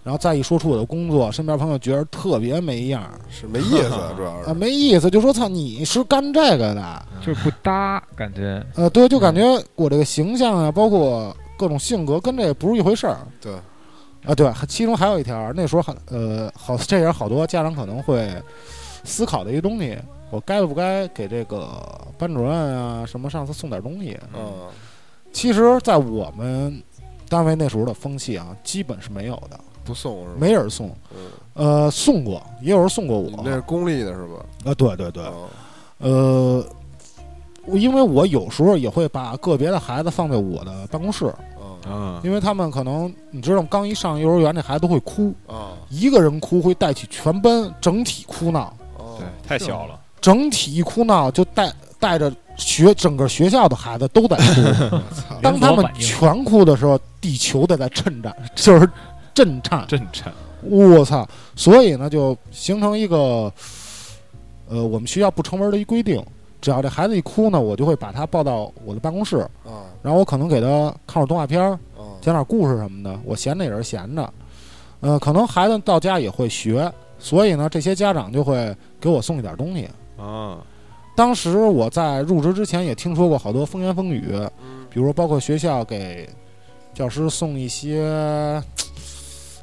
A: 然后再一说出我的工作，身边朋友觉得特别没样儿
D: 是没意思， 主要
A: 啊，
D: 是
A: 没意思，就说操你是干这个的，
E: 就是不搭，感觉
A: 呃，对，就感觉我这个形象啊，包括各种性格跟这不是一回事儿
D: 对，
A: 啊。对，其中还有一条，那时候很呃好，这也是好多家长可能会思考的一个东西，我该不该给这个班主任啊什么上司送点东西？
D: 嗯，
A: 其实，在我们单位那时候的风气啊，基本是没有的。
D: 不送是吧？
A: 没人送，
D: 嗯，
A: 呃，送过，也有人送过
D: 你们那是
A: 我。
D: 公立的是吧？
A: 啊，对对对，
D: 哦
A: 呃，我因为我有时候也会把个别的孩子放在我的办公室，
D: 哦
C: 啊
A: 因为他们可能你知道，刚一上幼儿园，这孩子会哭，
D: 啊
A: 一个人哭会带起全班整体哭闹，
D: 哦
C: 对，太小了，
A: 整体一哭闹就带带着学整个学校的孩子 都在哭。
D: 我操，
A: 当他们全哭的时候，地球都在震颤，就是震颤。
C: 震颤。
A: 我操！所以呢，就形成一个，呃，我们学校不成文的一规定，只要这孩子一哭呢，我就会把他抱到我的办公室，
D: 啊
A: 然后我可能给他看会儿动画片儿，
D: 啊
A: 讲点故事什么的。我闲着也是闲着，呃，可能孩子到家也会学，所以呢，这些家长就会给我送一点东西。
C: 啊，
A: 当时我在入职之前也听说过好多风言风语，
D: 嗯
A: 比如说包括学校给教师送一些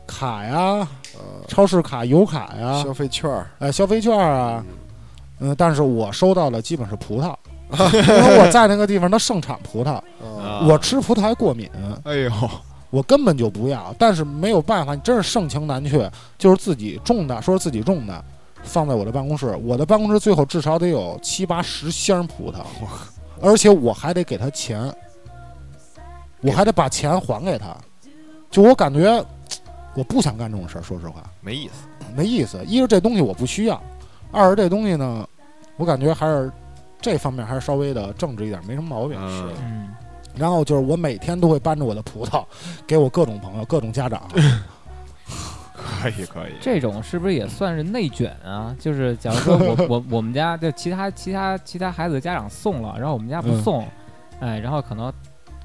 A: 卡呀、
D: 啊，
A: 超市卡、油卡呀、
D: 消费券儿
A: 呃消费券啊，嗯、但是我收到的基本是葡 萄，因为我在那个地方它盛产葡萄，
D: 啊
A: 我吃葡萄还过敏，
C: 哎呦，
A: 我根本就不要，但是没有办法，你真是盛情难却，就是自己种的，说是自己种的，放在我的办公室，我的办公室最后至少得有七八十箱葡萄，而且我还得给他钱，我还得把钱还给他，就我感觉我不想干这种事儿，说实话
C: 没意思。
A: 没意思。一是这东西我不需要，二是这东西呢，我感觉还是这方面还是稍微的正直一点，没什么毛病。
C: 嗯，
E: 嗯，
A: 然后就是我每天都会搬着我的葡萄，给我各种朋友、各种家 长。
C: 可以可以。
B: 这种是不是也算是内卷啊？就是假如说 我我我们家就其他其他其他孩子的家长送了，然后我们家不
A: 嗯
B: 送，哎，然后可能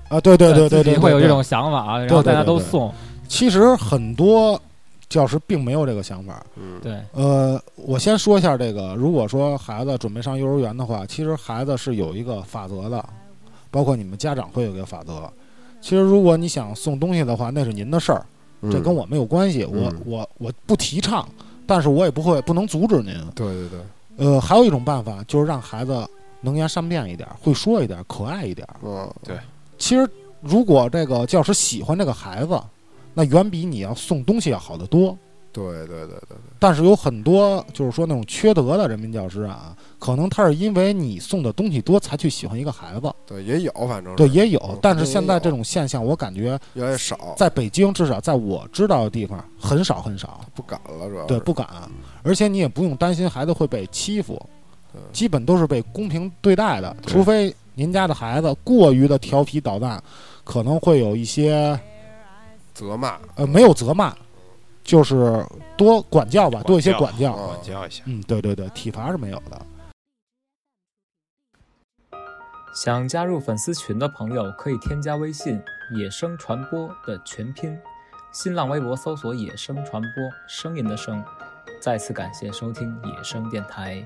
A: 啊，对对对对
B: 呃自
A: 对，
B: 己会有
A: 对
B: 这。种想法啊，然后
A: 对对
B: 大家
A: 对
B: 都
A: 对
B: 送，
A: 其实很多教师并没有这个想法。
D: 嗯
B: 对，
A: 呃，我先说一下这个，如果说孩子准备上幼儿园的话，其实孩子是有一个法则的，包括你们家长会有一个法则。其实如果你想送东西的话，那是您的事儿，
B: 嗯
A: 这跟
D: 我
A: 我没有关系，我
D: 嗯
A: 我我不提倡，但是我也不会不能阻止您。
D: 对对对，
A: 呃，还有一种办法就是让孩子能言善辩一点，会说一点，可爱一点。
D: 嗯
A: 其实，如果这个教师喜欢这个孩子，那远比你要送东西要好得多。
D: 对对对对，
A: 但是有很多就是说那种缺德的人民教师啊，可能他是因为你送的东西多才去喜欢一个孩子，
D: 对也有，反正是
A: 对，也有
D: 嗯。
A: 但是现在
D: 也有
A: 这种现象，我感觉
D: 越来越少，
A: 在北京，至少在我知道的地方很少很少，
D: 不敢了，主要
A: 对，
D: 是
A: 不敢。而且你也不用担心孩子会被欺负
D: 嗯，
A: 基本都是被公平对待的，
C: 对
A: 除非您家的孩子过于的调皮捣蛋，可能会有一些
D: 责骂
A: 呃没有责骂，就是多管教吧，多一些管教。
D: 啊
C: 管教一下。
A: 嗯，对对对，体罚是没有的。
B: 想加入粉丝群的朋友可以添加微信“野生传播”的全拼，新浪微博搜索“野生传播”，声音的声。再次感谢收听野生电台。